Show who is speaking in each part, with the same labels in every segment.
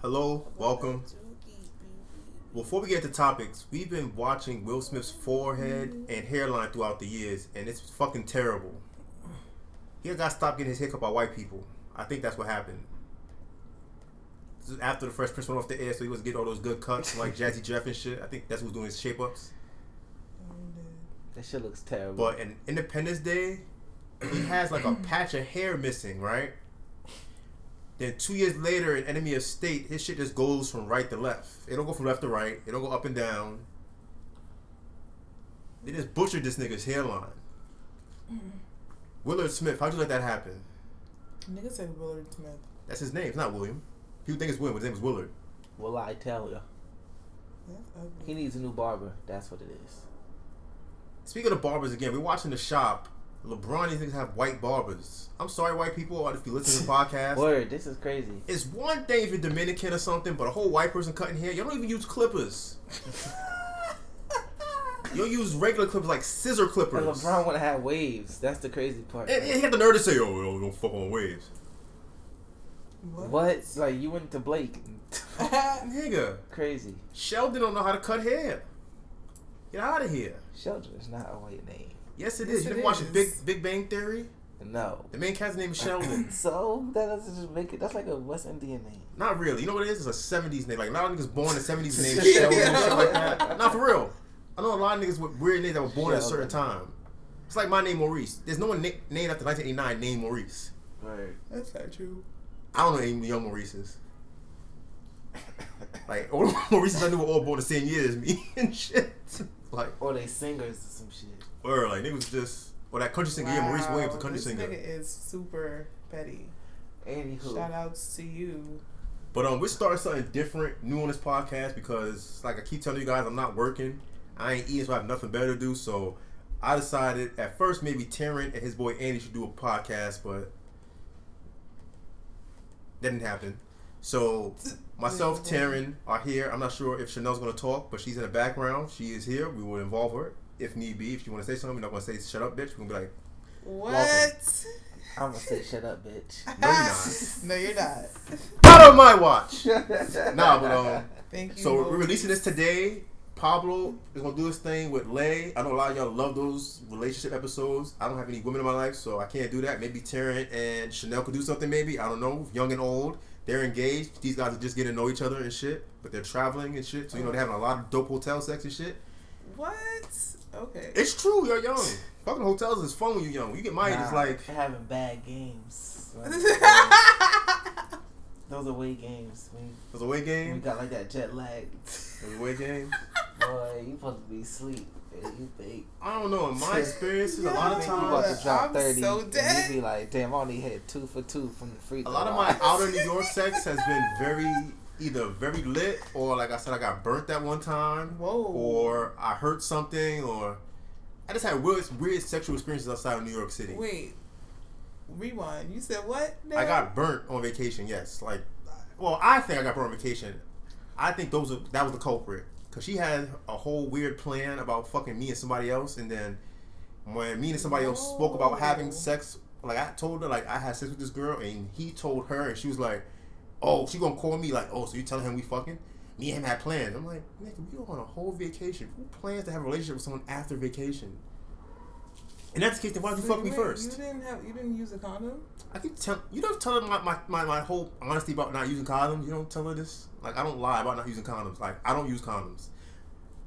Speaker 1: Hello, welcome. Before we get to topics, we've been watching Will Smith's forehead and hairline throughout the years, and it's fucking terrible. He got stopped getting his hiccup by white people. I think that's what happened. This is after the Fresh Prince went off the air, so he was getting all those good cuts like Jazzy Jeff and shit. I think that's who's doing his shape ups.
Speaker 2: That shit looks terrible.
Speaker 1: But in Independence Day, he has like a patch of hair missing, right? Then two years later, in Enemy of State, his shit just goes from right to left. It don't go from left to right. It don't go up and down. They just butchered this nigga's hairline. Willard Smith, how'd you let that happen?
Speaker 3: Nigga said Willard Smith.
Speaker 1: That's his name. It's not William. People think it's William, but his name is Willard.
Speaker 2: Will I tell ya?
Speaker 3: That's
Speaker 2: He
Speaker 3: ugly.
Speaker 2: needs a new barber. That's what it is.
Speaker 1: Speaking of barbers again, we're watching the shop. LeBron, these niggas have white barbers. I'm sorry, white people, or if you listen to the podcast.
Speaker 2: Word, this is crazy.
Speaker 1: It's one thing if you're Dominican or something, but a whole white person cutting hair, you don't even use clippers. You'll use regular clippers like scissor clippers.
Speaker 2: And LeBron would have waves. That's the crazy part.
Speaker 1: And, and he had the nerve to say, "Oh, yo, don't fuck on waves,
Speaker 2: What? Like you went to Blake.
Speaker 1: nigga."
Speaker 2: crazy.
Speaker 1: Sheldon don't know how to cut hair. Get out of here.
Speaker 2: Sheldon is not a white name.
Speaker 1: Yes, it
Speaker 3: Yes,
Speaker 1: is. You
Speaker 3: it
Speaker 1: didn't watch
Speaker 3: is.
Speaker 1: Big Big Bang Theory?
Speaker 2: No.
Speaker 1: The main cat's name is Sheldon.
Speaker 2: So that doesn't just make it. That's like a West Indian name.
Speaker 1: Not really. You know what it is? It's a 70s name. Like, a lot of niggas born in the 70s names, Sheldon, and shit like that. Not for real. I know a lot of niggas with weird names that were born at a certain time. It's like my name, Maurice. There's no one na- named after 1989 named Maurice.
Speaker 2: Right.
Speaker 3: That's not true.
Speaker 1: I don't know any young Maurices. Like, all the Maurices I knew were all born the same year as me and shit. Like,
Speaker 2: Or they singers or some shit.
Speaker 1: or like, niggas just. Or that country singer, yeah, Maurice Williams, the country
Speaker 3: this
Speaker 1: singer.
Speaker 3: nigga is super petty.
Speaker 2: Anywho,
Speaker 3: Shout outs to you.
Speaker 1: But um, we're starting something different, new on this podcast because, like I keep telling you guys, I'm not working. I ain't eating, so I have nothing better to do. So I decided at first maybe Taryn and his boy Andy should do a podcast, but that didn't happen. So myself, Taryn are here. I'm not sure if Chanel's going to talk, but she's in the background. She is here. We will involve her if need be. If you want to say something, we're not going to say "shut up, bitch." We're going to be like,
Speaker 3: What?
Speaker 2: I'm gonna say shut up, bitch.
Speaker 1: "No, you're not.
Speaker 3: no, you're not.
Speaker 1: not on my watch." Nah, but um.
Speaker 3: Thank you.
Speaker 1: So
Speaker 3: Lord.
Speaker 1: we're releasing this today. Pablo is gonna do his thing with Lay. I know a lot of y'all love those relationship episodes. I don't have any women in my life, so I can't do that. Maybe Taryn and Chanel could do something. Maybe I don't know. Young and old, they're engaged. These guys are just getting to know each other and shit. But they're traveling and shit, so you know they're having a lot of dope hotel sex and shit.
Speaker 3: What? Okay.
Speaker 1: It's true. You're young. Fucking hotels is fun when you're young. When you get married, it's
Speaker 2: Nah,
Speaker 1: like
Speaker 2: they're having bad games. Those away games. When,
Speaker 1: it was a away
Speaker 2: when you
Speaker 1: game.
Speaker 2: got like that jet lag,
Speaker 1: It was a away game.
Speaker 2: boy, you supposed to be asleep. and You think
Speaker 1: I don't know. In my experiences, a lot of
Speaker 2: you about
Speaker 1: times.
Speaker 2: to drop
Speaker 3: I'm
Speaker 2: thirty,
Speaker 3: so dead.
Speaker 2: and you be like, damn, I only hit two for two from the free
Speaker 1: A
Speaker 2: throw.
Speaker 1: lot of my
Speaker 2: line."
Speaker 1: outer New York sex has been very either very lit or like I said I got burnt that one time
Speaker 3: Whoa.
Speaker 1: or I hurt something or I just had weird weird sexual experiences outside of New York City.
Speaker 3: Wait. Rewind. You said what? now?
Speaker 1: I got burnt on vacation, yes. Like well, I think I got burnt on vacation. I think those are, that was the culprit cuz she had a whole weird plan about fucking me and somebody else and then when me and somebody else spoke about having
Speaker 3: No.
Speaker 1: sex, like I told her, like I had sex with this girl, and he told her, and she was like, "Oh, she gonna call me like, oh, so you telling him we fucking?" Me and him had plans. I'm like, nigga, we go on a whole vacation. Who plans to have a relationship with someone after vacation? And that's the case. Then why don't you
Speaker 3: So
Speaker 1: fuck me
Speaker 3: wait, You
Speaker 1: first?
Speaker 3: didn't have. You didn't use a condom.
Speaker 1: I keep telling you don't tell her my, my, my, my whole honesty about not using condoms. You don't tell her this. Like I don't lie about not using condoms. Like I don't use condoms.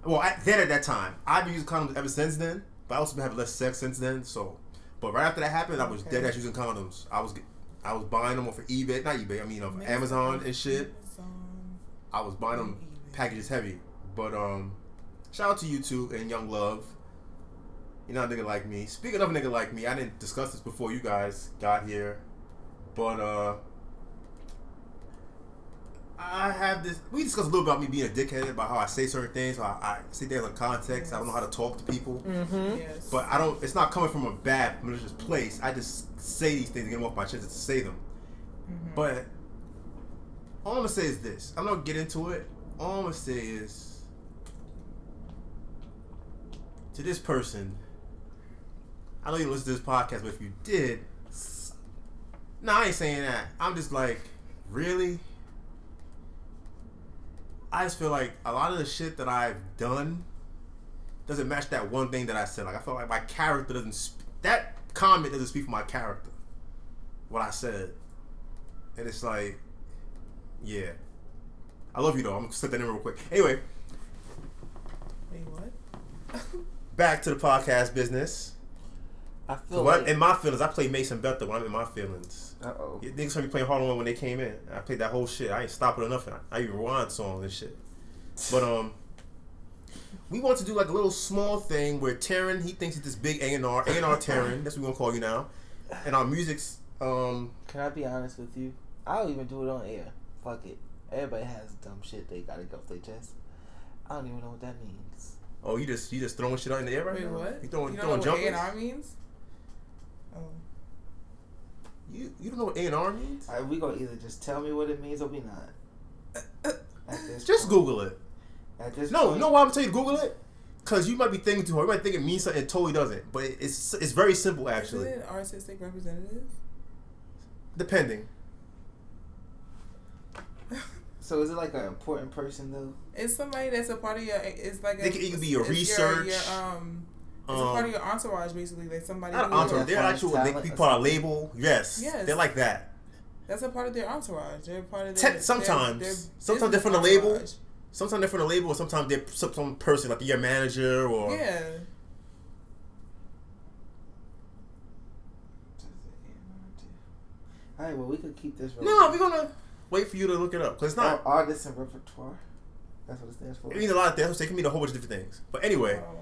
Speaker 1: Well, I, then at that time, I've been using condoms ever since then. But I also been having less sex since then. So, but right after that happened, I was
Speaker 3: Okay.
Speaker 1: dead ass using condoms. I was get- I was buying them off of eBay, not eBay. I mean, off of Amazon and shit.
Speaker 3: Amazon.
Speaker 1: I was buying them packages heavy. But um, shout out to you two and Young Love. You're not a nigga like me. Speaking of a nigga like me, I didn't discuss this before you guys got here, but uh, I have this. We discussed a little about me being a dickhead about how I say certain things. How I, I say things in context. I don't know how to talk to people.
Speaker 2: Mm-hmm.
Speaker 3: Yes.
Speaker 1: But I don't. It's not coming from a bad malicious place. I just say these things to get them off my chest to say them.
Speaker 3: Mm-hmm.
Speaker 1: But all I'm gonna say is this. I'm not gonna get into it. All I'm gonna say is to this person. I know you listen to this podcast, but if you did, no, I ain't saying that. I'm just like, really. I just feel like a lot of the shit that I've done doesn't match that one thing that I said. Like I felt like my character doesn't. Sp- that comment doesn't speak for my character. What I said, and it's like, yeah, I love you though. I'm gonna set that in real quick. Anyway,
Speaker 3: Wait, what?
Speaker 1: back to the podcast business.
Speaker 2: I feel
Speaker 1: What
Speaker 2: like.
Speaker 1: in my feelings, I play Mason Bethel when I'm in my feelings.
Speaker 2: Uh oh.
Speaker 1: Yeah, niggas heard me playing Hard On when they came in. I played that whole shit. I ain't stopping or nothing. I, I even rewind songs and shit. But um, we want to do like a little small thing where Taryn he thinks it's this big A and R A and R Taryn. That's what we're gonna call you now. And our music's um
Speaker 2: Can I be honest with you? I'll even do it on air. Fuck it. Everybody has dumb shit they gotta get off their chest. I don't even know what that means.
Speaker 1: oh you just you just throwing shit out in the air right
Speaker 3: Wait,
Speaker 1: now.
Speaker 3: what?
Speaker 1: You throwing
Speaker 3: you don't
Speaker 1: throwing
Speaker 3: know what A and
Speaker 1: jumpers.
Speaker 3: R means? Oh,
Speaker 1: You you don't know what A and R means?
Speaker 2: Alright, we gonna either just tell me what it means or we not.
Speaker 3: Oh.
Speaker 2: At this
Speaker 1: Just
Speaker 2: point-
Speaker 1: Google it.
Speaker 2: At this
Speaker 1: No,
Speaker 2: point,
Speaker 1: you know why I'm telling you to Google it? Cause you might be thinking too hard. You might think it means something it totally doesn't. But it- it's it's very simple
Speaker 3: isn't
Speaker 1: actually.
Speaker 3: it artistic representative?
Speaker 1: Depending.
Speaker 2: So is it like an important person though?
Speaker 3: it's somebody that's a part of your. It's like a,
Speaker 1: It could- it could be your
Speaker 3: it's
Speaker 1: research.
Speaker 3: Your, your, um, it's a
Speaker 1: Um,
Speaker 3: part of your entourage, basically. Like somebody.
Speaker 1: Not an
Speaker 3: who-
Speaker 1: entourage.
Speaker 2: entourage,
Speaker 1: They're
Speaker 2: talent,
Speaker 1: actual
Speaker 2: talent,
Speaker 1: like, people on a label. Yes.
Speaker 3: Yes.
Speaker 1: They're like that.
Speaker 3: That's a part of their entourage. They're part of
Speaker 1: Te-
Speaker 3: their. their-
Speaker 1: sometimes.
Speaker 3: their
Speaker 1: Sometimes they're from the
Speaker 3: business
Speaker 1: label.
Speaker 3: entourage.
Speaker 1: Sometimes they're from the label, or sometimes they're some, some person like your manager or
Speaker 3: Yeah.
Speaker 2: Alright, well we could keep this. Oh,
Speaker 1: No, we're gonna wait for you to look it up because it's
Speaker 2: not
Speaker 1: not.
Speaker 2: artists and repertoire. That's what it stands for.
Speaker 1: It means a lot of things. It can mean a whole bunch of different things. But anyway,
Speaker 3: Oh.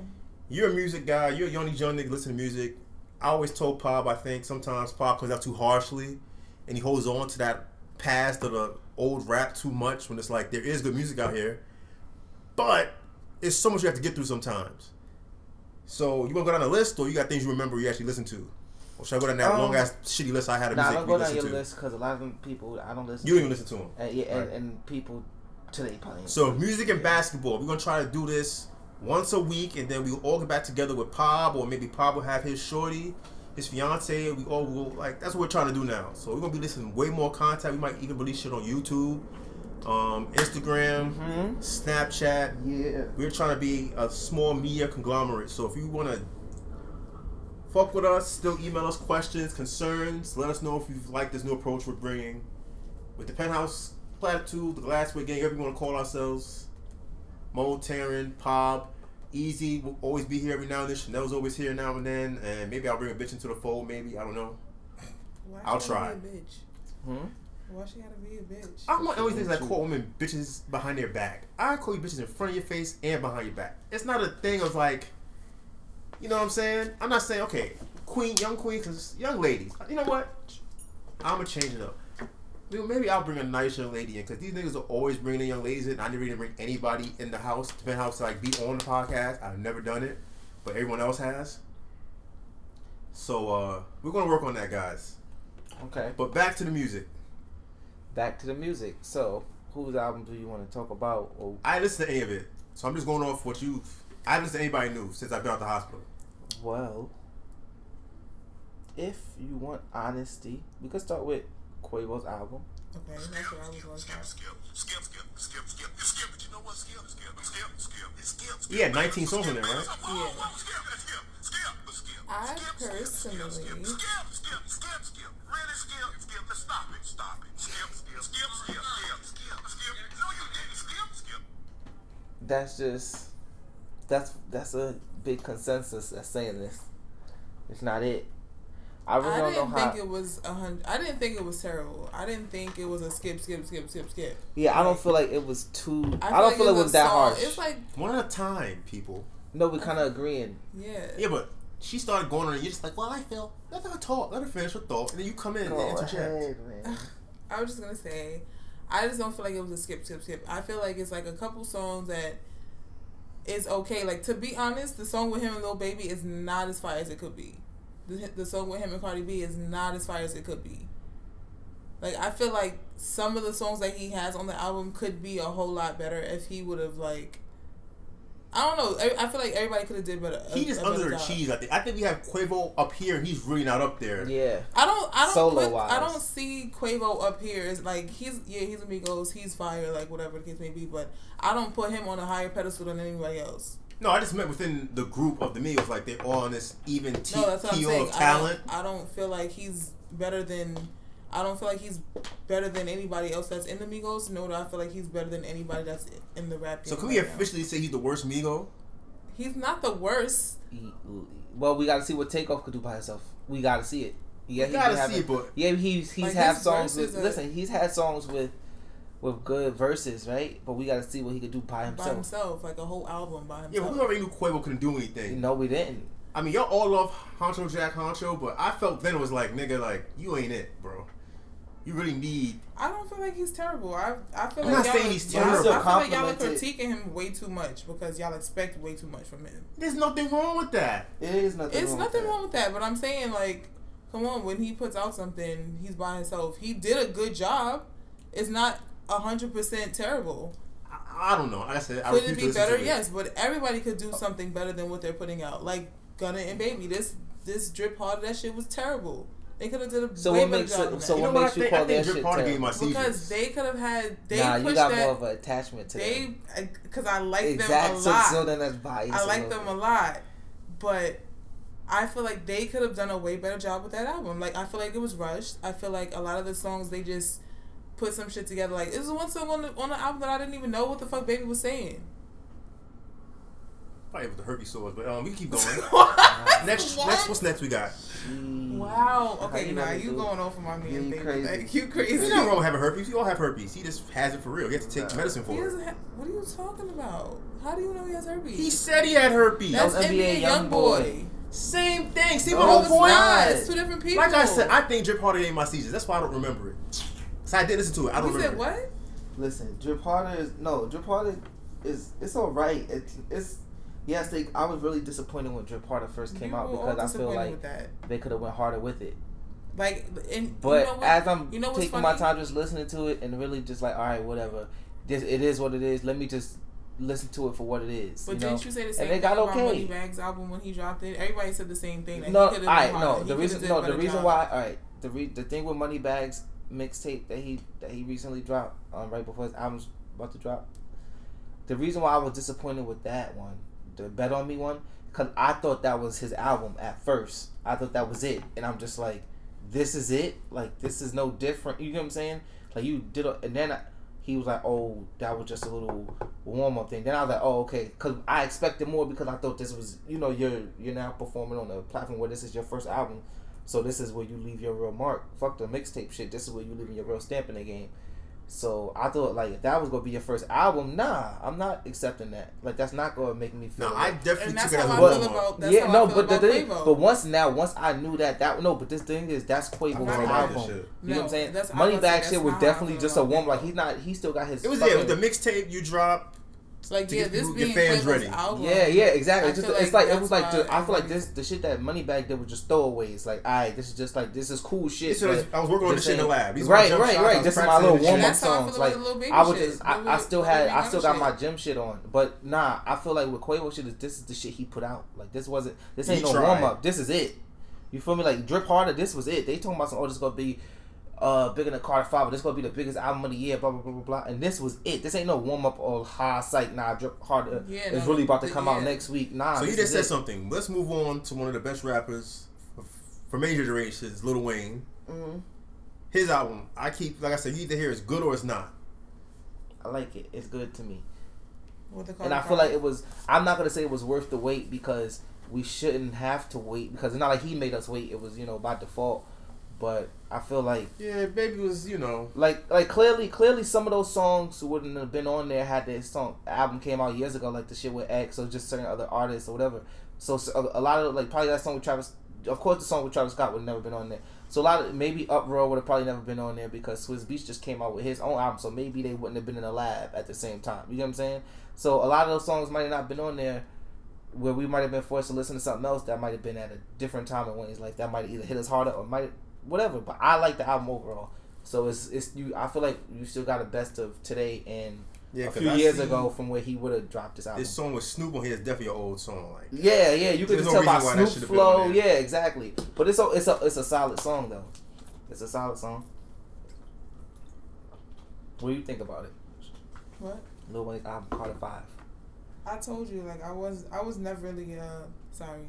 Speaker 1: you're a music guy. You're the only young nigga listen to music. I always told Pop. I think sometimes Pop comes out too harshly, and he holds on to that past of the old rap too much. When it's like there is good music out here, but it's so much you have to get through sometimes. So you wanna go down a list, or you got things you remember you actually listen to, or should I go down that
Speaker 2: Um,
Speaker 1: long ass shitty list I had of
Speaker 2: Nah,
Speaker 1: music
Speaker 2: don't
Speaker 1: we
Speaker 2: go down
Speaker 1: listened
Speaker 2: your
Speaker 1: to?
Speaker 2: list because a lot of them people I don't listen.
Speaker 1: You don't
Speaker 2: to.
Speaker 1: even listen to them.
Speaker 2: And, yeah, and,
Speaker 1: Right.
Speaker 2: and people today playing.
Speaker 1: So music and basketball, we're gonna try to do this once a week, and then we will all get back together with Pob, or maybe Pob will have his shorty, his fiance. We all will like that's what we're trying to do now. So we're gonna be listening way more content. We might even release shit on YouTube, um, Instagram,
Speaker 2: Mhm.
Speaker 1: Snapchat.
Speaker 2: yeah,
Speaker 1: We're trying to be a small media conglomerate. So if you wanna fuck with us, still email us questions, concerns. Let us know if you like this new approach we're bringing with the Penthouse Platitude, the Glassway Gang, whatever you want to call ourselves. Mo, Taryn, Pop, Easy will always be here every now and then. Chanel's always here now and then, and maybe I'll bring a bitch into the fold. Maybe I don't know.
Speaker 3: Why she
Speaker 1: I'll
Speaker 3: gotta
Speaker 1: try. Ah.
Speaker 3: Be a bitch?
Speaker 2: hmm?
Speaker 3: Why she gotta be a bitch?
Speaker 1: I'm not always things like call women bitches behind their back. I call you bitches in front of your face and behind your back. It's not a thing of like, you know what I'm saying? I'm not saying okay, queen, young queen, because young ladies. You know what? I'ma change it up. Dude, maybe I'll bring a nice young lady in because these niggas are always bringing the young ladies in. I never even bring anybody in the house, the penthouse, to like be on the podcast. I've never done it, but everyone else has. So uh we're gonna work on that, guys.
Speaker 2: okay.
Speaker 1: But back to the music.
Speaker 2: Back to the music. So, whose album do you want to talk about? Oh, Or
Speaker 1: I didn't listen to any of it, so I'm just going off what you. I haven't listened to anybody new since I've been out the hospital.
Speaker 2: well, if you want honesty, we could start with Quavo's album.
Speaker 3: Okay, that's what I was going to say.
Speaker 1: He had 19 songs in there, right?
Speaker 3: Yeah. I
Speaker 4: I
Speaker 3: personally-
Speaker 4: personally.
Speaker 2: That's just that's that's a big consensus that's saying this. It's not it. I really
Speaker 3: I
Speaker 2: don't know
Speaker 3: didn't
Speaker 2: how.
Speaker 3: think it was a hundred. I didn't think it was terrible. I didn't think it was a skip, skip, skip, skip, skip.
Speaker 2: yeah, I don't feel like it was too. I, don't feel like it was that
Speaker 3: hard.
Speaker 2: harsh.
Speaker 3: It's like
Speaker 1: One at a time, people.
Speaker 2: no, we kind of agreeing.
Speaker 3: yeah.
Speaker 1: Yeah, but she started going on, and you're just like, well, I feel. Let her talk. Let her finish her thought. And then you come in
Speaker 2: Go
Speaker 1: and interject.
Speaker 2: ahead, man.
Speaker 3: I was just gonna say, I just don't feel like it was a skip, skip, skip. I feel like it's like a couple songs that is okay. Like to be honest, the song with him and Lil Baby is not as fire as it could be. The, the song with him and Cardi B is not as fire as it could be. Like I feel like some of the songs that he has on the album could be a whole lot better if he would have like I don't know. I, I feel like everybody could have did better.
Speaker 1: He just
Speaker 3: a better job.
Speaker 1: underachieved. I think. I think we have Quavo up here. He's really not up there.
Speaker 2: Yeah.
Speaker 3: I don't. I don't.
Speaker 2: Solo
Speaker 3: put-
Speaker 2: wise.
Speaker 3: I don't see Quavo up here. It's like he's yeah, he's amigos. He's fire. Like whatever the case may be. But I don't put him on a higher pedestal than anybody else.
Speaker 1: No, I just meant within the group of the Migos, like they're all on this even te-
Speaker 3: No, that's what I'm
Speaker 1: keel of
Speaker 3: saying. I don't,
Speaker 1: talent.
Speaker 3: I don't feel like he's better than. I don't feel like he's better than anybody else that's in the Migos. No, I feel like he's better than anybody that's in the rap.
Speaker 1: So
Speaker 3: game
Speaker 1: can we
Speaker 3: right now.
Speaker 1: officially say he's the worst Migo?
Speaker 3: He's not the worst.
Speaker 2: Well, we gotta see what Takeoff could do by himself. We gotta see it. Yeah,
Speaker 1: You
Speaker 2: he
Speaker 1: gotta
Speaker 2: been having-
Speaker 1: see, but
Speaker 2: Yeah, he's he's
Speaker 3: Like,
Speaker 2: had
Speaker 3: his
Speaker 2: songs
Speaker 3: verses
Speaker 2: with.
Speaker 3: are-
Speaker 2: Listen, he's had songs with with good verses, right? But we gotta see what he could do by
Speaker 3: by
Speaker 2: himself.
Speaker 3: himself, like a whole album by
Speaker 1: yeah,
Speaker 3: himself.
Speaker 1: we already knew Quavo couldn't do anything.
Speaker 2: No, we didn't.
Speaker 1: I mean, y'all all love Honcho Jack Honcho, but I felt then it was like, nigga, like you ain't it, bro. You really need.
Speaker 3: I don't feel like he's terrible. I I feel
Speaker 1: I'm not
Speaker 3: like y'all
Speaker 1: saying
Speaker 3: are-
Speaker 1: he's
Speaker 3: y'all-
Speaker 1: terrible.
Speaker 3: I feel like y'all are
Speaker 2: Complimented.
Speaker 3: critiquing him way too much because y'all expect way too much from him.
Speaker 1: There's nothing wrong with that.
Speaker 2: It is nothing.
Speaker 3: It's
Speaker 2: wrong
Speaker 3: nothing
Speaker 2: with that.
Speaker 3: wrong with that, but I'm saying like, come on, when he puts out something, he's by himself. He did a good job. It's not hundred percent terrible.
Speaker 1: I, I don't know. Like I said, I
Speaker 3: Could
Speaker 1: refuse
Speaker 3: it
Speaker 1: to
Speaker 3: be
Speaker 1: listen
Speaker 3: better?
Speaker 1: to it.
Speaker 3: Yes, but everybody could do something better than what they're putting out. Like Gunna and Baby, this this drip hard that shit was terrible. They could have did a
Speaker 2: So
Speaker 3: way
Speaker 2: what
Speaker 3: better
Speaker 2: makes
Speaker 3: job.
Speaker 2: it-
Speaker 3: than that.
Speaker 2: so
Speaker 1: You know
Speaker 2: What
Speaker 1: what? I
Speaker 2: makes you
Speaker 1: think,
Speaker 2: call
Speaker 1: I
Speaker 2: that
Speaker 1: think Drip
Speaker 2: shit
Speaker 1: Party gave
Speaker 2: terrible?
Speaker 1: my
Speaker 3: because
Speaker 1: seizures.
Speaker 3: they could have had they
Speaker 2: nah, you
Speaker 3: pushed
Speaker 2: got
Speaker 3: that
Speaker 2: more of an attachment to them.
Speaker 3: They, because I like
Speaker 2: exact.
Speaker 3: them a lot.
Speaker 2: So, so then that's bias.
Speaker 3: I
Speaker 2: a
Speaker 3: like
Speaker 2: little
Speaker 3: them a
Speaker 2: bit.
Speaker 3: lot, but I feel like they could have done a way better job with that album. Like I feel like it was rushed. I feel like a lot of the songs they just put some shit together. Like this is one song on the on the album that I didn't even know what the fuck Baby was saying.
Speaker 1: Probably with the herpes sores, but um, we can keep going.
Speaker 3: What?
Speaker 1: next,
Speaker 3: What?
Speaker 1: next, what's next? We got.
Speaker 2: Jeez.
Speaker 3: Wow.
Speaker 2: Mm. How
Speaker 3: Okay,
Speaker 2: you
Speaker 3: now
Speaker 2: gonna
Speaker 3: you
Speaker 2: do-
Speaker 3: going off on my man,
Speaker 2: You
Speaker 3: baby.
Speaker 2: crazy.
Speaker 3: Like, you crazy.
Speaker 1: There's nothing wrong with having herpes. We all have herpes. He just has it for real. He has to take
Speaker 2: Nah.
Speaker 1: medicine
Speaker 3: He
Speaker 1: for it.
Speaker 3: doesn't have, what are you talking about? How do you know he has herpes?
Speaker 1: He said he had herpes.
Speaker 3: That's
Speaker 2: That was
Speaker 3: NBA,
Speaker 2: NBA
Speaker 3: Young Boy.
Speaker 2: Youngboy.
Speaker 1: Same thing. See my
Speaker 2: No,
Speaker 1: whole
Speaker 2: it's
Speaker 1: point.
Speaker 2: not.
Speaker 3: It's two different people.
Speaker 1: Like I said, I think Drip Hardy ain't my season. That's why I don't remember it. So I did listen to it. I don't
Speaker 3: you
Speaker 1: remember.
Speaker 3: said
Speaker 1: it.
Speaker 3: what?
Speaker 2: Listen, Drip Harder is no Drip Harder is it's all right. It's it's yes. They I was really disappointed when Drip Harder first came
Speaker 3: You
Speaker 2: out
Speaker 3: were all
Speaker 2: because I feel
Speaker 3: disappointed
Speaker 2: like
Speaker 3: with that.
Speaker 2: they could have went harder with it.
Speaker 3: Like, and
Speaker 2: But
Speaker 3: you know what?
Speaker 2: as I'm
Speaker 3: you know what's
Speaker 2: taking
Speaker 3: funny?
Speaker 2: my time just listening to it and really just like all right, whatever. This it is what it is. Let me just listen to it for what it is.
Speaker 3: But
Speaker 2: you know?
Speaker 3: didn't you say the same
Speaker 2: they
Speaker 3: thing
Speaker 2: got
Speaker 3: about
Speaker 2: okay.
Speaker 3: Money Bag's album when he dropped it? Everybody said the same thing. That
Speaker 2: no,
Speaker 3: he
Speaker 2: all
Speaker 3: could've
Speaker 2: right,
Speaker 3: been harder.
Speaker 2: no.
Speaker 3: He
Speaker 2: The
Speaker 3: could've
Speaker 2: reason,
Speaker 3: did a
Speaker 2: no, the
Speaker 3: better
Speaker 2: reason
Speaker 3: job.
Speaker 2: why, all right. The re- the thing with Moneybags mixtape that he that he recently dropped, um, right before his album's about to drop. The reason why I was disappointed with that one, the Bet on Me one, because I thought that was his album at first. I thought that was it, and I'm just like, this is it. Like this is no different. You know what I'm saying? Like you did, a, and then I, he was like, oh, that was just a little warm up thing. Then I was like, oh, okay, because I expected more because I thought this was, you know, you're you're now performing on a platform where this is your first album, so this is where you leave your real mark. Fuck the mixtape shit. This is where you leaving your real stamp in the game. So I thought like if that was gonna be your first album, nah, I'm not accepting that. Like that's not gonna make me feel.
Speaker 1: No, I
Speaker 2: like-
Speaker 1: definitely
Speaker 3: And
Speaker 1: took
Speaker 3: that's
Speaker 1: it as
Speaker 3: how
Speaker 1: a
Speaker 3: I
Speaker 2: But-
Speaker 3: feel
Speaker 1: warm-up.
Speaker 3: about. That's
Speaker 2: yeah,
Speaker 3: how
Speaker 2: no,
Speaker 3: I feel
Speaker 2: but the
Speaker 3: about
Speaker 2: thing,
Speaker 3: Quavo.
Speaker 2: but once now, once I knew that, that no, but this thing is that's Quavo's
Speaker 3: not about
Speaker 2: album.
Speaker 1: this
Speaker 2: You
Speaker 1: shit.
Speaker 2: know what
Speaker 3: No,
Speaker 2: I'm saying?
Speaker 3: that's- I was
Speaker 2: Moneybag
Speaker 3: gonna say
Speaker 2: shit
Speaker 3: that's
Speaker 2: was
Speaker 3: not how I
Speaker 2: definitely
Speaker 3: feel
Speaker 2: just a
Speaker 3: about
Speaker 2: warm.
Speaker 3: Quavo.
Speaker 2: Like he's not, he still got his.
Speaker 1: It was yeah,
Speaker 2: fucking,
Speaker 1: with the mixtape you dropped.
Speaker 3: like
Speaker 1: to
Speaker 3: yeah,
Speaker 1: get
Speaker 3: this
Speaker 1: people- get
Speaker 3: being
Speaker 1: fans
Speaker 3: Quavo's
Speaker 1: ready.
Speaker 3: album.
Speaker 2: Yeah, yeah, exactly.
Speaker 3: I
Speaker 2: It's just,
Speaker 3: feel
Speaker 2: it's
Speaker 3: like
Speaker 2: like it was
Speaker 3: that's
Speaker 2: like
Speaker 3: why
Speaker 2: the, I feel like
Speaker 3: everybody-
Speaker 2: this the shit that Moneybag did was just throwaways. Like, all right, this is just like this is cool shit.
Speaker 1: So
Speaker 2: but
Speaker 1: I was working on this
Speaker 2: just
Speaker 1: shit in the
Speaker 2: saying-
Speaker 1: lab. These were
Speaker 2: right,
Speaker 1: jump
Speaker 2: right,
Speaker 1: shots. I
Speaker 2: right.
Speaker 1: was
Speaker 2: This is my little
Speaker 1: practicing
Speaker 2: warm
Speaker 1: and
Speaker 2: up
Speaker 1: shit.
Speaker 3: That's how I feel
Speaker 2: songs.
Speaker 3: about
Speaker 2: Like
Speaker 3: the Lil Baby
Speaker 2: I was
Speaker 3: shit,
Speaker 2: just,
Speaker 3: the
Speaker 2: I, I
Speaker 3: Lil-
Speaker 2: still
Speaker 3: the
Speaker 2: had,
Speaker 3: Lil
Speaker 2: I
Speaker 3: Baby
Speaker 2: still
Speaker 3: Gunna
Speaker 2: got my
Speaker 3: shit.
Speaker 2: gym shit on. But nah, I feel like with Quavo shit, this is the shit he put out. Like this wasn't, this
Speaker 1: He
Speaker 2: ain't no
Speaker 1: tried.
Speaker 2: warm up. This is it. You feel me? Like drip harder. This was it. They talking about some. Oh, this gonna be. Uh, bigger than Carter Five, but this gonna be the biggest album of the year. Blah blah blah blah blah. And this was it. This ain't no warm up or high psych. Nah, drip harder.
Speaker 3: Yeah,
Speaker 2: it's
Speaker 3: no,
Speaker 2: really about to
Speaker 3: the-
Speaker 2: come out
Speaker 3: yeah.
Speaker 2: next week.
Speaker 3: Ah,
Speaker 2: Nah.
Speaker 1: So you
Speaker 2: this
Speaker 1: just
Speaker 2: is
Speaker 1: said
Speaker 2: it.
Speaker 1: something. Let's move on to one of the best rappers f- for major durations, Lil Wayne.
Speaker 3: Mm-hmm.
Speaker 2: Mhm.
Speaker 1: His album, I keep like I said, you either hear it's good or it's not.
Speaker 2: I like it. It's good to me.
Speaker 3: With the
Speaker 2: and I
Speaker 3: Cardi
Speaker 2: feel
Speaker 3: Five.
Speaker 2: like it was. I'm not gonna say it was worth the wait because we shouldn't have to wait because it's not like he made us wait. It was you know by default. But I feel like
Speaker 1: Yeah, baby was you know.
Speaker 2: like like clearly clearly some of those songs wouldn't have been on there had their song album came out years ago like the shit with X or just certain other artists or whatever. So, so a, a lot of like probably that song with Travis. Of course, the song with Travis Scott would never been on there. So a lot of maybe Uproar would have probably never been on there because Swizz Beatz just came out with his own album. So maybe they wouldn't have been in the lab at the same time. You know what I'm saying? So a lot of those songs might have not been on there. Where we might have been forced to listen to something else that might have been at a different time in Wayne's life that might either hit us harder or might whatever. But I like the album overall. So it's it's you. I feel like you still got the best of today and
Speaker 1: Yeah,
Speaker 2: a
Speaker 1: 'cause
Speaker 2: few
Speaker 1: I
Speaker 2: years
Speaker 1: see
Speaker 2: ago from where he would have dropped this album.
Speaker 1: This song with Snoop on here is definitely an old song. Like,
Speaker 2: Yeah, yeah, you could
Speaker 1: There's
Speaker 2: just
Speaker 1: no
Speaker 2: tell
Speaker 1: reason
Speaker 2: by
Speaker 1: why that
Speaker 2: Snoop
Speaker 1: should've been on
Speaker 2: Flow.
Speaker 1: there.
Speaker 2: Yeah, exactly. But it's a it's a it's a solid song though. It's a solid song. What do you think about it?
Speaker 3: What?
Speaker 2: Lil Wayne's album Carter Five.
Speaker 3: I told you, like I was, I was never really a sorry,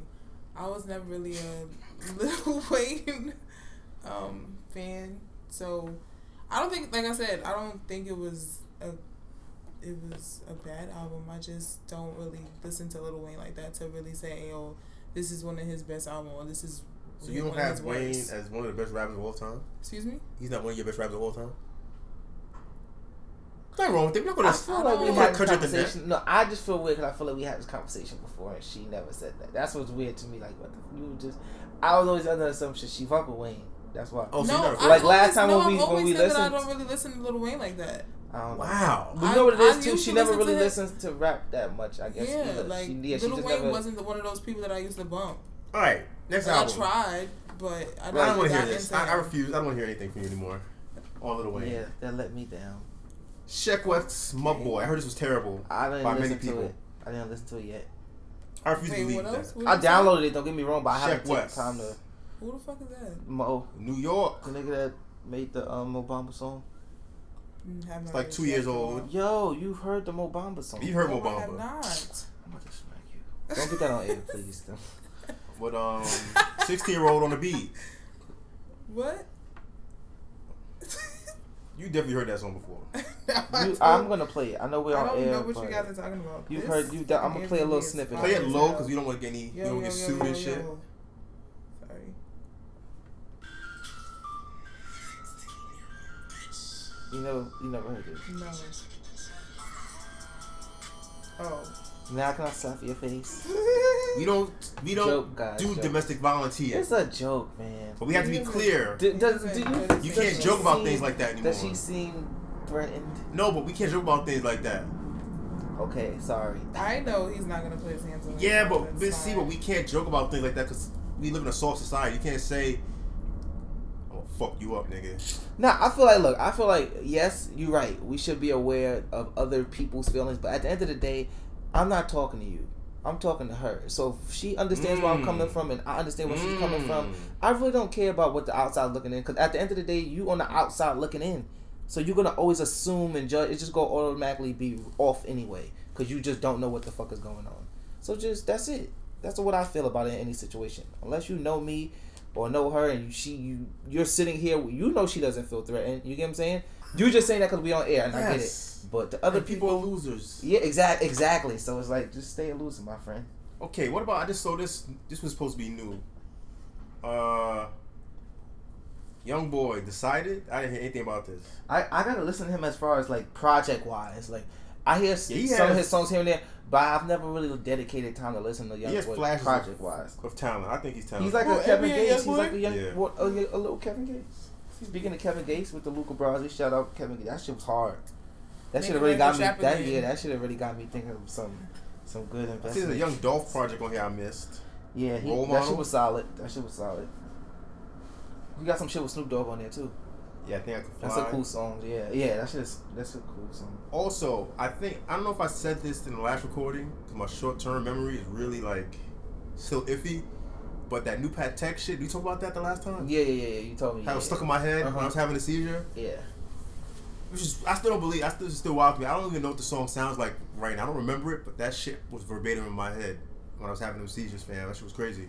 Speaker 3: I was never really a Lil Wayne um, fan. So I don't think, like I said, I don't think it was a it was a bad album. I just don't really listen to Lil Wayne like that to really say, oh, this is one of his best album or this is.
Speaker 1: so you don't
Speaker 3: one of
Speaker 1: have
Speaker 3: his
Speaker 1: Wayne
Speaker 3: worst.
Speaker 1: as one of the best rappers of all time?
Speaker 3: Excuse me.
Speaker 1: He's not one of your best rappers of all time? Nothing wrong with him. You're not going to.
Speaker 3: feel like we
Speaker 1: had
Speaker 2: this
Speaker 1: cut you at the
Speaker 2: conversation. No, I just feel weird because I feel like we had this conversation before and she never said that. That's what's weird to me. Like, what the, you just, I was always under the assumption she fuck with Wayne. That's why.
Speaker 1: Oh, so
Speaker 3: no,
Speaker 1: you never.
Speaker 3: I
Speaker 2: Like, last
Speaker 3: always-
Speaker 2: time
Speaker 3: no,
Speaker 2: when
Speaker 3: I've
Speaker 2: we- when
Speaker 3: always
Speaker 2: we
Speaker 3: said that I
Speaker 2: listened-
Speaker 3: don't really listen to Lil Wayne like that.
Speaker 2: I don't know.
Speaker 1: wow.
Speaker 2: We
Speaker 3: I-
Speaker 2: know what it
Speaker 3: I
Speaker 2: is too.
Speaker 3: used
Speaker 2: She
Speaker 3: to
Speaker 2: never
Speaker 3: listen
Speaker 2: really
Speaker 3: to him.
Speaker 2: listens to rap that much. I guess.
Speaker 3: yeah,
Speaker 2: either.
Speaker 3: like
Speaker 2: she, yeah, she
Speaker 3: Lil
Speaker 2: just
Speaker 3: Wayne
Speaker 2: never.
Speaker 3: wasn't the, one of those people that I used to bump.
Speaker 1: All right. Next
Speaker 3: Like, I
Speaker 1: album.
Speaker 3: tried, but I
Speaker 1: I don't
Speaker 3: never
Speaker 1: want to hear
Speaker 3: got
Speaker 1: this.
Speaker 3: into
Speaker 1: I, I
Speaker 3: him.
Speaker 1: refuse. I don't want to hear anything from you anymore. All of the way.
Speaker 2: yeah, that let me down.
Speaker 1: Shekwat's my boy. I heard this was terrible.
Speaker 2: I didn't
Speaker 1: By many
Speaker 2: listen to
Speaker 1: people.
Speaker 2: it. I didn't listen to it yet.
Speaker 1: I refuse to
Speaker 3: Wait,
Speaker 1: believe
Speaker 3: what
Speaker 1: that.
Speaker 3: else? What
Speaker 2: I
Speaker 3: did you say?
Speaker 2: downloaded it. Don't get me wrong, but I haven't
Speaker 1: Sheck
Speaker 2: taken
Speaker 1: West.
Speaker 2: time to
Speaker 3: Who the fuck is that? Mm,
Speaker 2: mo
Speaker 1: New York.
Speaker 2: the nigga that made the um, Obama song.
Speaker 3: Mm, have
Speaker 1: It's
Speaker 3: not
Speaker 1: like
Speaker 3: really
Speaker 1: two years
Speaker 3: checked.
Speaker 1: old.
Speaker 2: Yo, you've heard the Obama song.
Speaker 1: You heard
Speaker 3: No, I have
Speaker 1: Mobamba.
Speaker 3: Oh not.
Speaker 2: I'm about to smack you. Don't get that on air, please. Don't.
Speaker 1: But um, sixteen year old on the beat.
Speaker 3: What?
Speaker 1: You definitely heard that song before.
Speaker 2: You, I'm gonna play it. I know we're
Speaker 3: I
Speaker 2: on
Speaker 3: don't
Speaker 2: air.
Speaker 3: know what
Speaker 2: but
Speaker 3: you guys are talking about.
Speaker 2: You've
Speaker 3: This
Speaker 2: heard- you've done- I'ma
Speaker 3: fucking
Speaker 2: play a little
Speaker 3: is
Speaker 2: snippet.
Speaker 3: fire
Speaker 1: Play it
Speaker 3: as
Speaker 1: low
Speaker 3: hell.
Speaker 1: because we don't want to get any. We
Speaker 3: Yo,
Speaker 1: don't
Speaker 3: yo,
Speaker 1: get
Speaker 3: yo,
Speaker 1: sued
Speaker 3: yo,
Speaker 1: and shit.
Speaker 3: yo. Sorry.
Speaker 2: You never, you never heard it.
Speaker 3: No. Oh.
Speaker 2: Now can I slap your face?
Speaker 1: We don't. We don't
Speaker 2: Joke, guys,
Speaker 1: do
Speaker 2: joke.
Speaker 1: domestic violence here.
Speaker 2: It's a joke, man.
Speaker 1: But we have to be clear.
Speaker 2: Do, does, do you,
Speaker 1: You
Speaker 2: does
Speaker 1: can't
Speaker 2: she
Speaker 1: joke about
Speaker 2: seem-
Speaker 1: things like that anymore.
Speaker 2: Does she seem threatened?
Speaker 1: No, but we can't joke about things like that.
Speaker 2: Okay, sorry.
Speaker 3: I know he's not gonna put his hands on.
Speaker 1: Yeah,
Speaker 3: me,
Speaker 1: but
Speaker 3: that's
Speaker 1: but see,
Speaker 3: fine.
Speaker 1: but we can't joke about things like that because we live in a soft society. You can't say, "I'm gonna fuck you up, nigga."
Speaker 2: Now I feel like look, I feel like yes, you're right. We should be aware of other people's feelings, but at the end of the day, I'm not talking to you. I'm talking to her. So if she understands where I'm
Speaker 1: Mm.
Speaker 2: coming from, and I understand where she's coming from.
Speaker 1: Mm.
Speaker 2: I really don't care about what the outside looking in, because at the end of the day, you on the outside looking in, so you're gonna always assume and judge. It just gonna automatically be off anyway, because you just don't know what the fuck is going on. So just that's it. That's what I feel about it in any situation. Unless you know me or know her, and you, she you you're sitting here, you know she doesn't feel threatened. You get what I'm saying? You're just saying that because we on air, and I get it.
Speaker 1: Yes.
Speaker 2: But the other
Speaker 1: And
Speaker 2: people,
Speaker 1: are losers.
Speaker 2: yeah, exact, exactly. So it's like just stay a loser, my friend.
Speaker 1: Okay, what about I just saw this. This was supposed to be new. Uh, young boy decided. I didn't hear anything about this.
Speaker 2: I, I gotta listen to him as far as like project wise. Like I hear s
Speaker 1: Yeah, he
Speaker 2: some of
Speaker 1: has-
Speaker 2: his songs here and there, but I've never really dedicated time to listen to Young
Speaker 1: he has
Speaker 2: Boy
Speaker 1: flashes
Speaker 2: project wise.
Speaker 1: of talent. I think he's talented.
Speaker 2: He's like
Speaker 3: Well,
Speaker 2: a Kevin
Speaker 3: NBA
Speaker 2: Gates. He's
Speaker 3: Youngboy?
Speaker 2: like a young,
Speaker 1: Yeah.
Speaker 2: what, a, a little Kevin Gates. Speaking of Kevin Gates with the Luca Brasi, shout out Kevin Gates. That shit was hard. That
Speaker 3: Make
Speaker 2: should
Speaker 3: it
Speaker 2: have really
Speaker 3: like
Speaker 2: got
Speaker 3: the
Speaker 2: me.
Speaker 3: Trap
Speaker 2: That
Speaker 3: again.
Speaker 2: yeah, that should have really got me thinking of some some good
Speaker 1: I see
Speaker 2: investment.
Speaker 1: there's a young Dolph project on here. I missed.
Speaker 2: yeah, he,
Speaker 1: role
Speaker 2: that
Speaker 1: model.
Speaker 2: shit was solid. That shit was solid. You got some shit with Snoop Dogg on there too.
Speaker 1: Yeah, I think I could fly.
Speaker 2: That's a cool song. Yeah, yeah, that shit is that's a cool song.
Speaker 1: Also, I think I don't know if I said this in the last recording because my short-term memory is really like still iffy. But that new Pat Tech shit, did you talk about that the last time?
Speaker 2: Yeah, yeah, yeah. You told me.
Speaker 1: How it
Speaker 2: yeah.
Speaker 1: was stuck in my head when I
Speaker 2: Uh-huh.
Speaker 1: was having a seizure.
Speaker 2: Yeah.
Speaker 1: Which is, I still don't believe. I still it's still wild to me. I don't even know what the song sounds like right now. I don't remember it, but that shit was verbatim in my head when I was having them seizures, fam. That shit was crazy.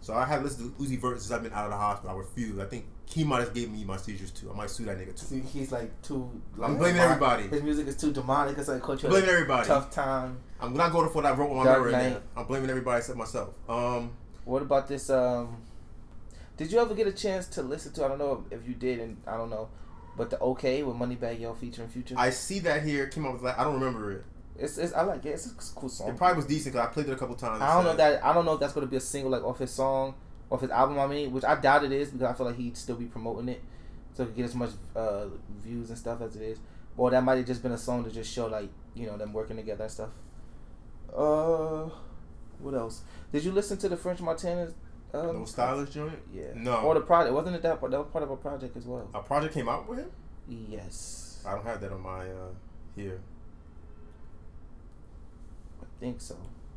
Speaker 1: So I have listened to Uzi Vert since I've been out of the hospital. I refuse. I think he might have gave me my seizures too. I might sue that nigga too.
Speaker 2: See, he's like too. Like,
Speaker 1: I'm blaming
Speaker 2: demonic.
Speaker 1: everybody.
Speaker 2: His music is too demonic. It's like caught you
Speaker 1: I'm
Speaker 2: at a
Speaker 1: blaming everybody.
Speaker 2: Tough time.
Speaker 1: I'm not going for what I wrote on my
Speaker 2: Dark
Speaker 1: memory. right
Speaker 2: Knight.
Speaker 1: now. I'm blaming everybody except myself. Um,
Speaker 2: What about this? Um, did you ever get a chance to listen to? I don't know if you did, and I don't know, but the OK with Moneybag Yo featuring Future.
Speaker 1: I see that here came up with like I don't remember it.
Speaker 2: it's, it's I like it. It's a cool song.
Speaker 1: It probably was decent because I played it a couple times.
Speaker 2: I don't know that. I don't know if that's gonna be a single like off his song, off his album. I mean, which I doubt it is because I feel like he'd still be promoting it, so he get as much uh, views and stuff as it is. Or that might have just been a song to just show like you know them working together and stuff. Uh, what else? Did you listen to the French Montana? Um,
Speaker 1: No stylish joint.
Speaker 2: Yeah.
Speaker 1: No.
Speaker 2: Or the project wasn't it that part? That was part of a project as well.
Speaker 1: A project came out with him.
Speaker 2: Yes.
Speaker 1: I don't have that on my. uh Yeah.
Speaker 2: I think so.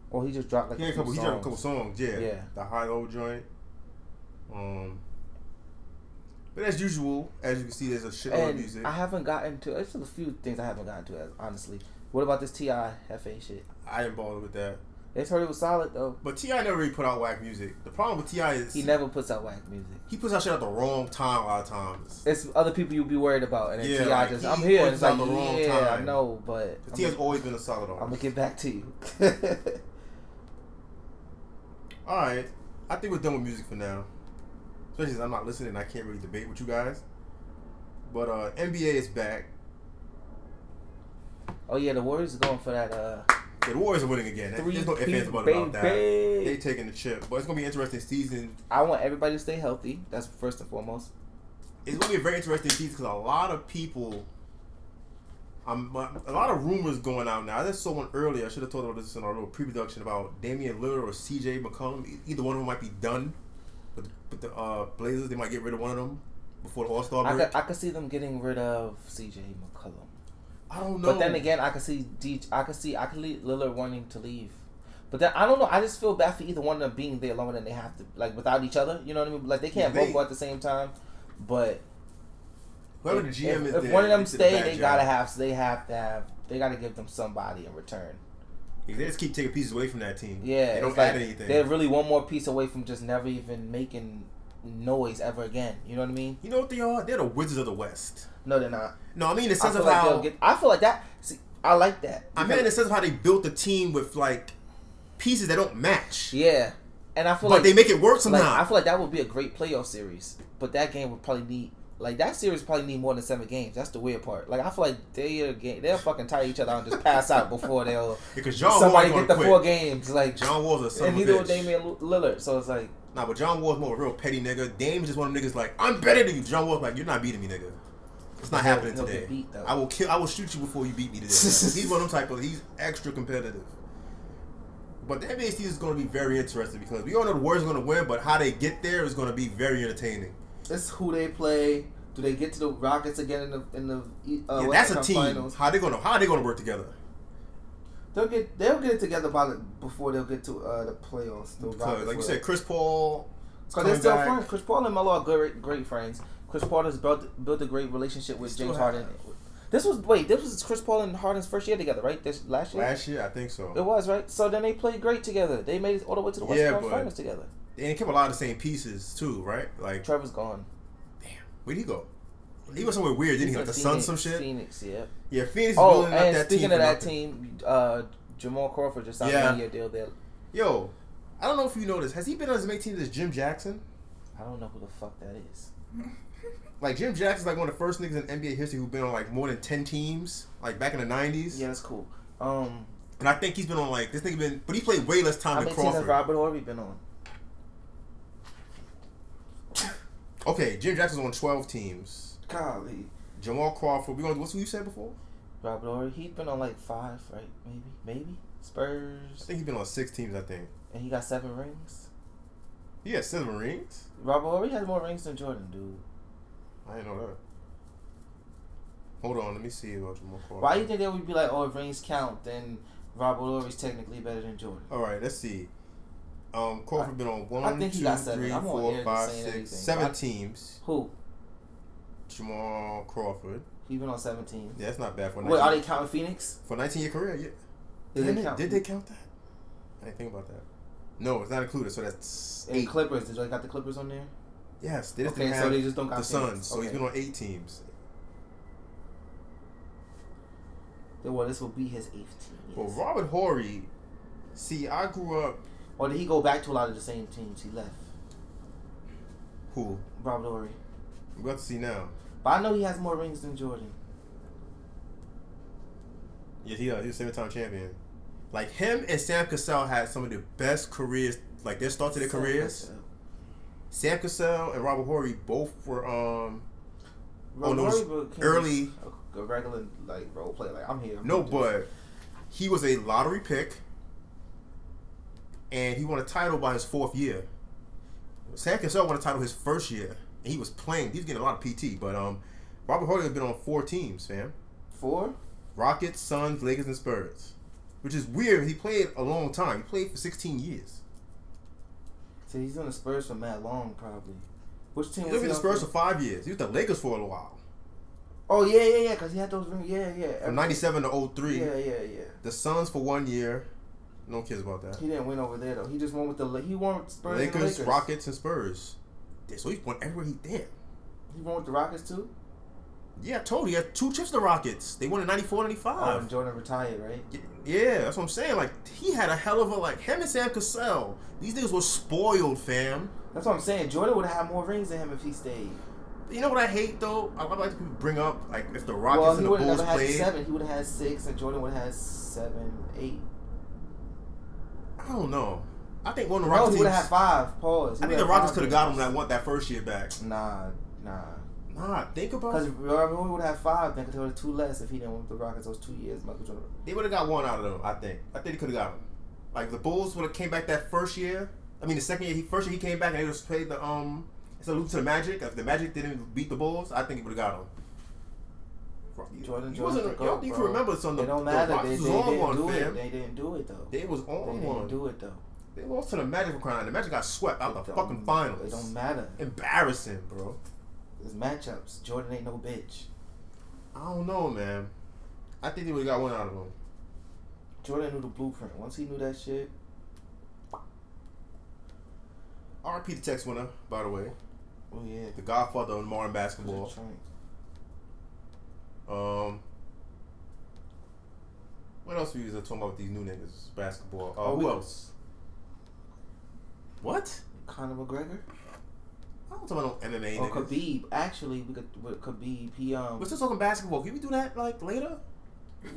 Speaker 2: Or he just dropped like
Speaker 1: he had a couple.
Speaker 2: Songs.
Speaker 1: He dropped a couple songs. Yeah.
Speaker 2: Yeah.
Speaker 1: The high old joint. Um. But as usual, as you can see, there's a shitload of
Speaker 2: And
Speaker 1: music.
Speaker 2: I
Speaker 1: I,
Speaker 2: haven't gotten to. There's a few things I haven't gotten to. as- Honestly, what about this Ti Fa shit?
Speaker 1: didn't bother with that.
Speaker 2: They heard it was solid though.
Speaker 1: But Ti never really put out whack music. The problem with Ti is
Speaker 2: He
Speaker 1: he,
Speaker 2: never puts out whack music.
Speaker 1: puts out shit at the wrong time a lot of times.
Speaker 2: It's other people you'd be worried about, and then
Speaker 1: Yeah,
Speaker 2: Ti
Speaker 1: like,
Speaker 2: just
Speaker 1: he
Speaker 2: I'm here. And
Speaker 1: puts
Speaker 2: it's
Speaker 1: out
Speaker 2: like
Speaker 1: the wrong
Speaker 2: yeah, I
Speaker 1: time."
Speaker 2: know, but I'm
Speaker 1: Ti has
Speaker 2: gonna,
Speaker 1: always been a solid
Speaker 2: I'm gonna
Speaker 1: artist.
Speaker 2: get back to you.
Speaker 1: All right, I think we're done with music for now. Especially since I'm not listening, I can't really debate with you guys. But uh NBA is back.
Speaker 2: oh yeah, the Warriors are going for that uh
Speaker 1: Yeah, the Warriors are winning again.
Speaker 2: three
Speaker 1: There's no ifs ands
Speaker 2: peat,
Speaker 1: but about that.
Speaker 2: baby.
Speaker 1: They taking the chip, but it's gonna be an interesting season
Speaker 2: I want everybody to stay healthy. That's first and foremost.
Speaker 1: it's gonna be a very interesting season because a lot of people, um, a lot of rumors going out now. I just saw one earlier. I should have told about this in our little pre-production about Damian Lillard or C.J. McCollum. E- Either one of them might be done, but the, but the uh, Blazers they might get rid of one of them before the All Star
Speaker 2: I
Speaker 1: break.
Speaker 2: could,
Speaker 1: I,
Speaker 2: I could see them getting rid of CJ McCollum.
Speaker 1: don't know.
Speaker 2: But then again, I could see D, I could see I could leave Lillard wanting to leave. But then I don't know. I just feel bad for either one of them being there longer than they have to, like without each other. You know what I mean? Like they can't
Speaker 1: They-
Speaker 2: both go at the same time. But
Speaker 1: whoever
Speaker 2: if,
Speaker 1: the GM
Speaker 2: if-
Speaker 1: is,
Speaker 2: if
Speaker 1: there,
Speaker 2: one of them
Speaker 1: did a
Speaker 2: stay,
Speaker 1: bad
Speaker 2: they
Speaker 1: job.
Speaker 2: gotta have they have to have they gotta give them somebody in return.
Speaker 1: They just keep taking pieces away from that team.
Speaker 2: Yeah,
Speaker 1: they don't
Speaker 2: it's
Speaker 1: add
Speaker 2: like
Speaker 1: anything.
Speaker 2: They're really one more piece away from just never even making noise ever again. You know what I mean?
Speaker 1: You know what they are? They're the Wizards of the West.
Speaker 2: No, they're not.
Speaker 1: No, I mean in the
Speaker 2: I
Speaker 1: sense
Speaker 2: feel,
Speaker 1: of
Speaker 2: like
Speaker 1: how
Speaker 2: they'll get, I feel like that. See, I like that.
Speaker 1: I mean in the sense of how they built the team with like pieces that don't match.
Speaker 2: yeah, and I feel
Speaker 1: But
Speaker 2: like
Speaker 1: they make it work somehow.
Speaker 2: like, I feel like that would be a great playoff series, but that game would probably need like that series probably need more than seven games. That's the weird part. Like I feel like they are ga- they'll fucking tire each other out and just pass out before they'll
Speaker 1: Because John
Speaker 2: somebody
Speaker 1: Wall's gonna
Speaker 2: get the
Speaker 1: quit.
Speaker 2: four games. Like
Speaker 1: John Wall's a son
Speaker 2: and
Speaker 1: of
Speaker 2: neither
Speaker 1: a
Speaker 2: will
Speaker 1: bitch.
Speaker 2: Damian Lill- Lillard. So it's like
Speaker 1: Nah, but John Wall's more of a real petty nigga. Dame is just one of them niggas like, I'm better than you. John Wall's like, you're not beating me, nigga. It's not
Speaker 2: He'll-
Speaker 1: happening
Speaker 2: he'll
Speaker 1: today.
Speaker 2: get beat, though.
Speaker 1: I will kill. I will shoot you before you beat me today. he's one of them type of. He's extra competitive. But the NBA season is going to be very interesting because we all know the Warriors are going to win, but how they get there is going to be very entertaining.
Speaker 2: it's who they play. Do they get to the Rockets again in the in the uh,
Speaker 1: yeah, that's a team. How they going to how they going to work together?
Speaker 2: They'll get they'll get it together by the, before they'll get to uh, the playoffs. The
Speaker 1: Because like you
Speaker 2: will.
Speaker 1: said, Chris Paul. is
Speaker 2: Because they're
Speaker 1: coming
Speaker 2: still
Speaker 1: back.
Speaker 2: friends. Chris Paul and Melo are great, great friends. Chris Paul has built built a great relationship with
Speaker 1: They still
Speaker 2: James
Speaker 1: have-
Speaker 2: Harden. This was wait, this was Chris Paul and Harden's first year together, right? This last year.
Speaker 1: Last year, I think
Speaker 2: it
Speaker 1: so.
Speaker 2: was right. So then they played great together. They made it all the way to the West
Speaker 1: Yeah,
Speaker 2: Conference
Speaker 1: but-
Speaker 2: Finals together.
Speaker 1: They kept a lot of the same pieces too, right? Like
Speaker 2: Trevor's gone.
Speaker 1: Where'd he go? He was somewhere weird, didn't he?
Speaker 2: He's
Speaker 1: Like the
Speaker 2: in
Speaker 1: Suns,
Speaker 2: Phoenix-
Speaker 1: some shit.
Speaker 2: Phoenix, yeah.
Speaker 1: Yeah, Phoenix is
Speaker 2: Oh,
Speaker 1: building up
Speaker 2: and
Speaker 1: that
Speaker 2: speaking
Speaker 1: team.
Speaker 2: of
Speaker 1: for
Speaker 2: that
Speaker 1: nothing.
Speaker 2: team, uh, Jamal Crawford just signed
Speaker 1: Yeah.
Speaker 2: a year deal there.
Speaker 1: yo, I don't know if you know this. Has he been on as many teams as Jim Jackson?
Speaker 2: I don't know who the fuck that is.
Speaker 1: Like Jim Jackson's like one of the first niggas in NBA history who've been on like more than ten teams, like back in the nineties.
Speaker 2: Yeah, that's cool. Um,
Speaker 1: And I think he's been on like this nigga been, but he played way less
Speaker 2: how
Speaker 1: time
Speaker 2: many
Speaker 1: than
Speaker 2: teams has
Speaker 1: Crawford.
Speaker 2: Robert Horry been on?
Speaker 1: Okay, Jim Jackson's on twelve teams.
Speaker 2: Golly,
Speaker 1: Jamal Crawford, we gonna what's who you said before?
Speaker 2: Robert Horry. He's been on like five, right? Maybe, maybe
Speaker 1: I
Speaker 2: Spurs.
Speaker 1: think he's been on six teams. I think
Speaker 2: and he got seven rings.
Speaker 1: he had seven rings.
Speaker 2: Robert Horry has more rings than Jordan, dude.
Speaker 1: I didn't know that. Hold on, let me see about Jamal Crawford.
Speaker 2: Why do you think they would be like, oh, if rings count, then Robert Horry's technically better than Jordan?
Speaker 1: All right, let's see. Um, Crawford been on one,
Speaker 2: think he
Speaker 1: two,
Speaker 2: got seven.
Speaker 1: three,
Speaker 2: I'm on
Speaker 1: four,
Speaker 2: air
Speaker 1: five,
Speaker 2: saying
Speaker 1: six,
Speaker 2: everything.
Speaker 1: seven
Speaker 2: I-
Speaker 1: teams.
Speaker 2: Who?
Speaker 1: Jamal Crawford.
Speaker 2: He been on seventeen.
Speaker 1: Yeah, that's not bad for
Speaker 2: Wait, are they
Speaker 1: 19,
Speaker 2: counting Phoenix?
Speaker 1: for 19 year career. Yeah. Damn
Speaker 2: Did they
Speaker 1: it,
Speaker 2: count?
Speaker 1: Did they count that? I didn't think about that. No, it's not included. So that's
Speaker 2: And
Speaker 1: eight.
Speaker 2: Clippers? Did they got the Clippers on there?
Speaker 1: yes, they just
Speaker 2: Okay,
Speaker 1: didn't
Speaker 2: so
Speaker 1: have
Speaker 2: they just don't
Speaker 1: the
Speaker 2: count
Speaker 1: Suns.
Speaker 2: Phoenix.
Speaker 1: So he's
Speaker 2: Okay.
Speaker 1: been on eight teams.
Speaker 2: Then, Well, this will be his eighth team.
Speaker 1: But
Speaker 2: yes.
Speaker 1: Robert Horry, see, I grew up.
Speaker 2: Or did he go back to a lot of the same teams he left?
Speaker 1: Who?
Speaker 2: Robert Horry.
Speaker 1: We're about to see now.
Speaker 2: But I know he has more rings than Jordan.
Speaker 1: Yeah, he, uh, he was seven time champion. Like him and Sam Cassell had some of the best careers. Like their start to their
Speaker 2: Sam
Speaker 1: careers.
Speaker 2: Cassell.
Speaker 1: Sam Cassell and Robert Horry both were um On
Speaker 2: Robert
Speaker 1: those
Speaker 2: Horry became
Speaker 1: early-
Speaker 2: just a, a regular like role player. Like I'm here. I'm
Speaker 1: no
Speaker 2: gonna do this.
Speaker 1: but he was a lottery pick and he won a title by his fourth year. Sam Cassell won a title his first year. And he was playing. He was getting a lot of PT, but um Robert Horry has been on four teams, fam.
Speaker 2: four.
Speaker 1: Rockets, Suns, Lakers, and Spurs. Which is weird. He played a long time. He played for 16 years.
Speaker 2: So he's on the Spurs for mad long, probably. Which team
Speaker 1: He
Speaker 2: was
Speaker 1: lived
Speaker 2: he
Speaker 1: in the
Speaker 2: on
Speaker 1: Spurs
Speaker 2: for?
Speaker 1: for five years. He was the Lakers for a little while.
Speaker 2: Oh yeah, yeah, yeah. Cause he had those rings. Yeah, yeah.
Speaker 1: From 97 to 03.
Speaker 2: Yeah, yeah, yeah.
Speaker 1: The Suns for one year. No cares about that.
Speaker 2: He didn't win over there though. He just won with the La- he won with Spurs. and the
Speaker 1: Lakers,
Speaker 2: Lakers.
Speaker 1: Rockets, and Spurs. Yeah, So he's won everywhere he did.
Speaker 2: He won with the Rockets too.
Speaker 1: Yeah, I told you. He had two trips to Rockets. They won in 94,
Speaker 2: Oh, and
Speaker 1: 95.
Speaker 2: Jordan retired, right?
Speaker 1: Y- Yeah, that's what I'm saying. Like, he had a hell of a, like, him and Sam Cassell. These niggas were spoiled, fam.
Speaker 2: That's what I'm saying. Jordan would have had more rings than him if he stayed.
Speaker 1: You know what I hate, though? I, I like to bring up, like, if the Rockets
Speaker 2: well,
Speaker 1: and
Speaker 2: he
Speaker 1: the
Speaker 2: would have
Speaker 1: Bulls
Speaker 2: never had
Speaker 1: played.
Speaker 2: seven. He would have had six, and Jordan would have had seven, eight.
Speaker 1: I don't know. I think one of the
Speaker 2: No,
Speaker 1: Rockets
Speaker 2: he would
Speaker 1: teams,
Speaker 2: have had five. Pause. He
Speaker 1: I think
Speaker 2: would've
Speaker 1: the
Speaker 2: had
Speaker 1: Rockets
Speaker 2: five
Speaker 1: could have got him
Speaker 2: rings.
Speaker 1: that one that first year back.
Speaker 2: Nah, nah.
Speaker 1: Nah, think about
Speaker 2: Because
Speaker 1: it.
Speaker 2: remember, we would have five then, because there were two less if he didn't win with the Rockets those two years. Michael Jordan.
Speaker 1: They would have got one out of them. I think. I think they could have got him. Like the Bulls would have came back that first year. I mean, the second year, he first year he came back and they just played the um. It's a loop to the Magic. If the Magic didn't beat the Bulls, I think he would have got him.
Speaker 2: Jordan,
Speaker 1: he
Speaker 2: Jordan,
Speaker 1: wasn't.
Speaker 2: could go,
Speaker 1: I don't think you
Speaker 2: bro.
Speaker 1: remember this on the,
Speaker 2: It
Speaker 1: the
Speaker 2: don't matter. They,
Speaker 1: Rockets was
Speaker 2: they,
Speaker 1: on
Speaker 2: didn't
Speaker 1: one,
Speaker 2: do
Speaker 1: fam.
Speaker 2: it. They didn't do it though.
Speaker 1: They was
Speaker 2: They
Speaker 1: on
Speaker 2: didn't
Speaker 1: one.
Speaker 2: do it though.
Speaker 1: They lost to the Magic for crying. The Magic got swept out
Speaker 2: It
Speaker 1: the
Speaker 2: don't-
Speaker 1: fucking finals.
Speaker 2: It don't matter.
Speaker 1: Embarrassing, bro.
Speaker 2: It's matchups. Jordan ain't no bitch.
Speaker 1: I don't know, man. I think they would have got one out of them.
Speaker 2: Jordan knew the blueprint. Once he knew that shit,
Speaker 1: RP the text winner, by the way.
Speaker 2: oh yeah.
Speaker 1: The godfather of modern
Speaker 2: it was a
Speaker 1: basketball.
Speaker 2: train.
Speaker 1: Um, what else we was talking about with these new niggas? Basketball. Uh,
Speaker 2: Oh,
Speaker 1: who
Speaker 2: we-
Speaker 1: else? What?
Speaker 2: Conor McGregor
Speaker 1: I don't talk about no MMA
Speaker 2: or
Speaker 1: niggas.
Speaker 2: Oh, Khabib. Actually, we could with Khabib. He um
Speaker 1: We're still talking basketball. Can we do that like later?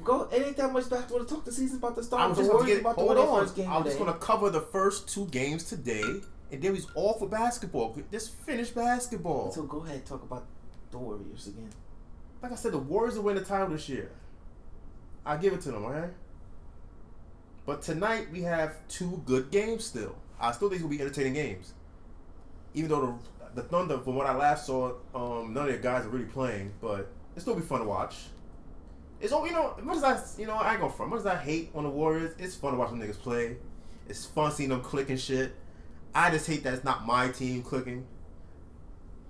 Speaker 2: go. It ain't that much basketball to talk. The season's about to start.
Speaker 1: I was
Speaker 2: the
Speaker 1: just going to
Speaker 2: Warriors
Speaker 1: get
Speaker 2: about to
Speaker 1: hold
Speaker 2: win their
Speaker 1: on.
Speaker 2: first game
Speaker 1: I was just
Speaker 2: today.
Speaker 1: going to cover the first two games today, and then we's all for basketball. Just finish basketball.
Speaker 2: So go ahead and talk about the Warriors again.
Speaker 1: Like I said, the Warriors will win the title this year. I give it to them, alright? But tonight we have two good games still. I still think it's gonna be entertaining games. Even though the the Thunder, from what I last saw, um, none of their guys are really playing, but it's still be fun to watch. It's all you know. As much as I, you know, I ain't gonna front. As much as I hate on the Warriors, it's fun to watch them niggas play. It's fun seeing them click and shit. I just hate that it's not my team clicking.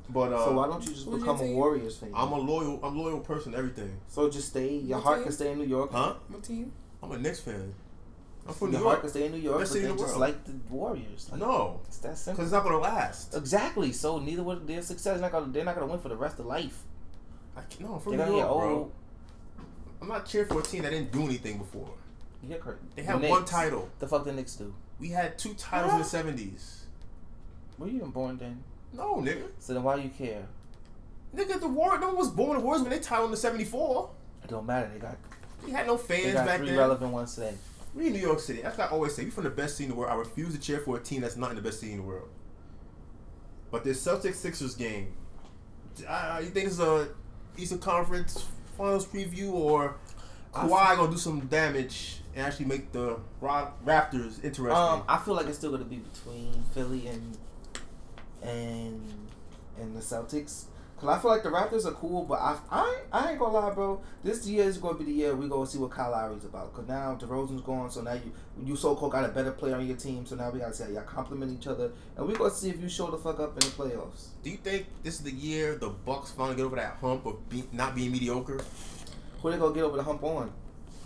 Speaker 1: But uh,
Speaker 2: so why don't you just
Speaker 3: who's your
Speaker 2: become a
Speaker 3: team?
Speaker 2: Warriors fan?
Speaker 1: I'm a loyal, I'm loyal person. to Everything.
Speaker 2: so just stay. Your
Speaker 3: What
Speaker 2: heart
Speaker 3: team?
Speaker 2: can stay in New York.
Speaker 1: Huh?
Speaker 3: What team?
Speaker 1: I'm a Knicks fan. I'm
Speaker 2: Your
Speaker 1: from New
Speaker 2: heart
Speaker 1: York.
Speaker 2: can stay in New York,
Speaker 1: Best
Speaker 2: but
Speaker 1: city
Speaker 2: they
Speaker 1: in the
Speaker 2: just
Speaker 1: world.
Speaker 2: like the Warriors. Like,
Speaker 1: No,
Speaker 2: it's that
Speaker 1: because
Speaker 2: simple.
Speaker 1: it's not gonna last.
Speaker 2: Uh, Exactly. So neither would their success. They're not gonna, they're not gonna win for the rest of life.
Speaker 1: I can't, no, I'm
Speaker 2: They're
Speaker 1: from New
Speaker 2: gonna
Speaker 1: York,
Speaker 2: get
Speaker 1: bro.
Speaker 2: old.
Speaker 1: I'm not cheering for a team that didn't do anything before.
Speaker 2: You're correct.
Speaker 1: They
Speaker 2: The
Speaker 1: had one
Speaker 2: Knicks.
Speaker 1: title.
Speaker 2: The fuck the Knicks do?
Speaker 1: We had two titles
Speaker 2: Huh?
Speaker 1: in the '70s.
Speaker 2: Were you even born then?
Speaker 1: No, nigga,
Speaker 2: So then why do you care?
Speaker 1: nigga, the war. No one was born in the wars when they titled in the '74.
Speaker 2: It don't matter. They got
Speaker 1: We had no
Speaker 2: they
Speaker 1: fans
Speaker 2: got
Speaker 1: back
Speaker 2: three
Speaker 1: then.
Speaker 2: relevant ones today.
Speaker 1: We in New York City. That's what I always say. We from the best city in the world. I refuse to cheer for a team that's not in the best city in the world. But this Celtics Sixers game, uh, you think this is a Eastern Conference Finals preview or
Speaker 2: I
Speaker 1: Kawhi gonna do some damage and actually make the Ra- Raptors interesting?
Speaker 2: Um, I feel like it's still gonna be between Philly and and and the Celtics. Cause I feel like the Raptors are cool, but I I, ain't- I ain't gonna lie, bro. This year is gonna be the year we go see what Kyle Lowry's about. Cause now DeRozan's gone, so now you you so called got a better player on your team. So now we gotta say y'all compliment each other, and we gonna see if you show the fuck up in the playoffs.
Speaker 1: do you think this is the year the Bucks finally get over that hump of be- not being mediocre?
Speaker 2: Who they gonna get over the hump on?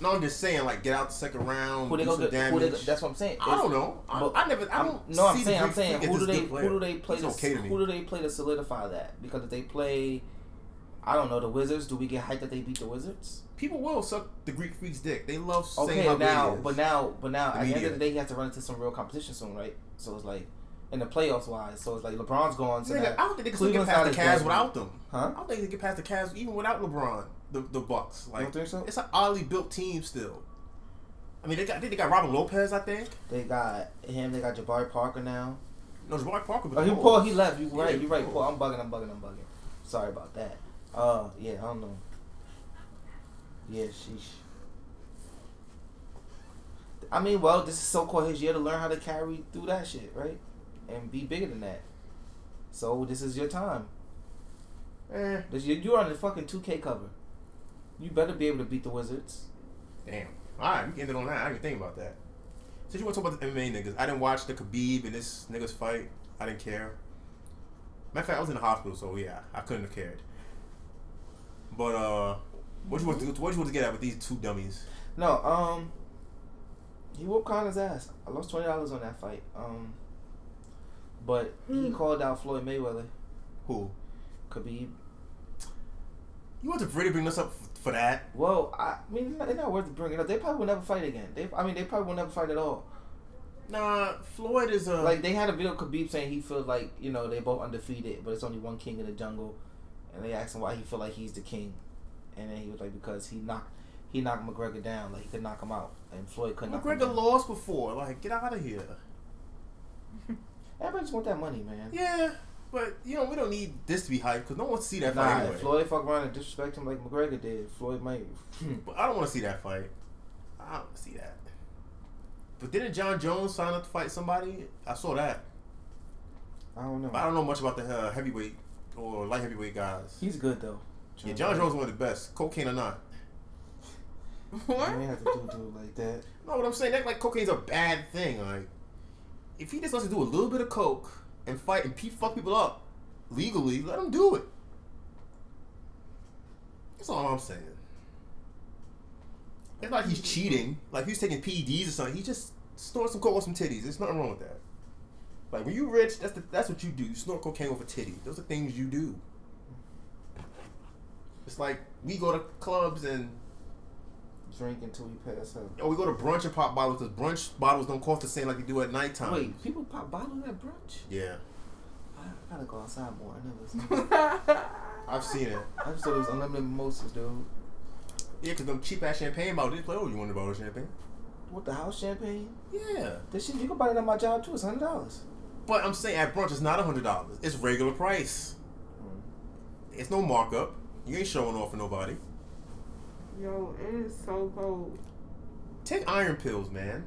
Speaker 1: No, I'm just saying, like get out the second round,
Speaker 2: Who they
Speaker 1: do some
Speaker 2: gonna get? Who
Speaker 1: damage.
Speaker 2: they, go- that's what I'm saying.
Speaker 1: I don't know. I,
Speaker 2: But
Speaker 1: I never. I
Speaker 2: I'm-
Speaker 1: don't.
Speaker 2: no, I'm
Speaker 1: see the
Speaker 2: saying, I'm
Speaker 1: Greek
Speaker 2: saying,
Speaker 1: freak as
Speaker 2: who do
Speaker 1: this
Speaker 2: they,
Speaker 1: good player.
Speaker 2: who do they play?
Speaker 1: He's
Speaker 2: To,
Speaker 1: okay to me.
Speaker 2: who do they play to solidify that? Because if they play, I don't know, the Wizards, do we get hyped that they beat the Wizards?
Speaker 1: People will suck the Greek freak's dick. They love saying
Speaker 2: Okay,
Speaker 1: how
Speaker 2: now,
Speaker 1: great he is.
Speaker 2: but now, but now,
Speaker 1: The
Speaker 2: at the end
Speaker 1: media.
Speaker 2: of the day, he has to run into some real competition soon, right? So it's like, in the playoffs wise, so it's like LeBron's gone, so
Speaker 1: Nigga,
Speaker 2: that,
Speaker 1: I don't think they can still get
Speaker 2: Cleveland's
Speaker 1: past
Speaker 2: not
Speaker 1: the
Speaker 2: as bad
Speaker 1: Cavs
Speaker 2: as-
Speaker 1: without them.
Speaker 2: huh?
Speaker 1: I don't think they can pass the Cavs even without LeBron. The the Bucks, like
Speaker 2: don't think so?
Speaker 1: it's an oddly built team still. I mean, they got I think they got Robin Lopez. I think
Speaker 2: They got him, they got Jabari Parker now.
Speaker 1: no Jabari Parker. was
Speaker 2: Oh, he
Speaker 1: old.
Speaker 2: Paul, he left. You
Speaker 1: Yeah,
Speaker 2: right, you right,
Speaker 1: Paul.
Speaker 2: Paul. I'm bugging, I'm bugging, I'm bugging. Sorry about that. Uh, yeah, I don't know. Yeah, sheesh. I mean, well, this is so called his year to learn how to carry through that shit, right? And be bigger than that. So this is your time.
Speaker 1: Eh,
Speaker 2: Eh, This you you are on the fucking two K cover. You better be able to beat the Wizards.
Speaker 1: Damn. All right, we can end it on that. I didn't think about that. Since you want to talk about the MMA niggas, I didn't watch the Khabib and this niggas fight. I didn't care. Matter of fact, I was in the hospital, so yeah, I couldn't have cared. But uh, what you want to what you want to get at with these two dummies?
Speaker 2: No, um, he whooped Connor's ass. I lost twenty dollars on that fight. Um, but he
Speaker 3: Mm.
Speaker 2: called out Floyd Mayweather.
Speaker 1: Who?
Speaker 2: Khabib.
Speaker 1: You want to really bring this up f- for that?
Speaker 2: Well, I mean, it's not, it's not worth bringing up. They probably will never fight again. They, I mean, they probably will never fight at all.
Speaker 1: Nah, Floyd is a
Speaker 2: Like they had a video of Khabib saying he feels like you know they both undefeated, but it's only one king in the jungle, and they asked him why he feel like he's the king, and then he was like because he knocked he knocked McGregor down, like he could knock him out, and Floyd couldn't. knock him
Speaker 1: McGregor
Speaker 2: down.
Speaker 1: lost before. Like, get out of here.
Speaker 2: Everybody just want that money, man.
Speaker 1: Yeah, but you know we don't need this to be hyped because no one see that
Speaker 2: Nah,
Speaker 1: fight
Speaker 2: if
Speaker 1: anyway.
Speaker 2: Floyd fuck around and disrespect him like McGregor did, Floyd might. hmm,
Speaker 1: But I don't want to see that fight. I don't want to see that. But didn't John Jones sign up to fight somebody? I saw that.
Speaker 2: I don't know.
Speaker 1: But I don't know much about the uh, heavyweight or light heavyweight guys.
Speaker 2: He's good though.
Speaker 1: Yeah, John Jones is one of the best, cocaine or not.
Speaker 2: You
Speaker 3: What?
Speaker 2: ain't have to do dude like that.
Speaker 1: No, what I'm saying, that like cocaine's a bad thing. Like, if he just wants to do a little bit of coke and fight and pe- fuck people up legally, let him do it. That's all I'm saying. It's not like he's cheating. Like he's taking PEDs or something. He just snorts some coke with some titties. There's nothing wrong with that. Like when you rich, that's the, that's what you do. You snort cocaine with a titty. Those are things you do. It's like we go to clubs and
Speaker 2: Drink until you pass out.
Speaker 1: Oh, we go to brunch and pop bottles because brunch bottles don't cost the same like they do at nighttime.
Speaker 2: Wait, people pop bottles at brunch?
Speaker 1: Yeah,
Speaker 2: I gotta go outside more. I never. Seen
Speaker 1: I've seen it.
Speaker 2: I just thought it was unlimited mimosas, dude.
Speaker 1: Yeah, because them cheap ass champagne bottles, they play, oh, you want a bottle of champagne?
Speaker 2: What the house champagne?
Speaker 1: Yeah.
Speaker 2: This shit you can buy it at my job too. It's hundred dollars.
Speaker 1: But I'm saying at brunch, it's not $100. It's regular price.
Speaker 2: Mm.
Speaker 1: It's no markup. You ain't showing off for nobody.
Speaker 3: Yo, it is so cold.
Speaker 1: Take iron pills, man.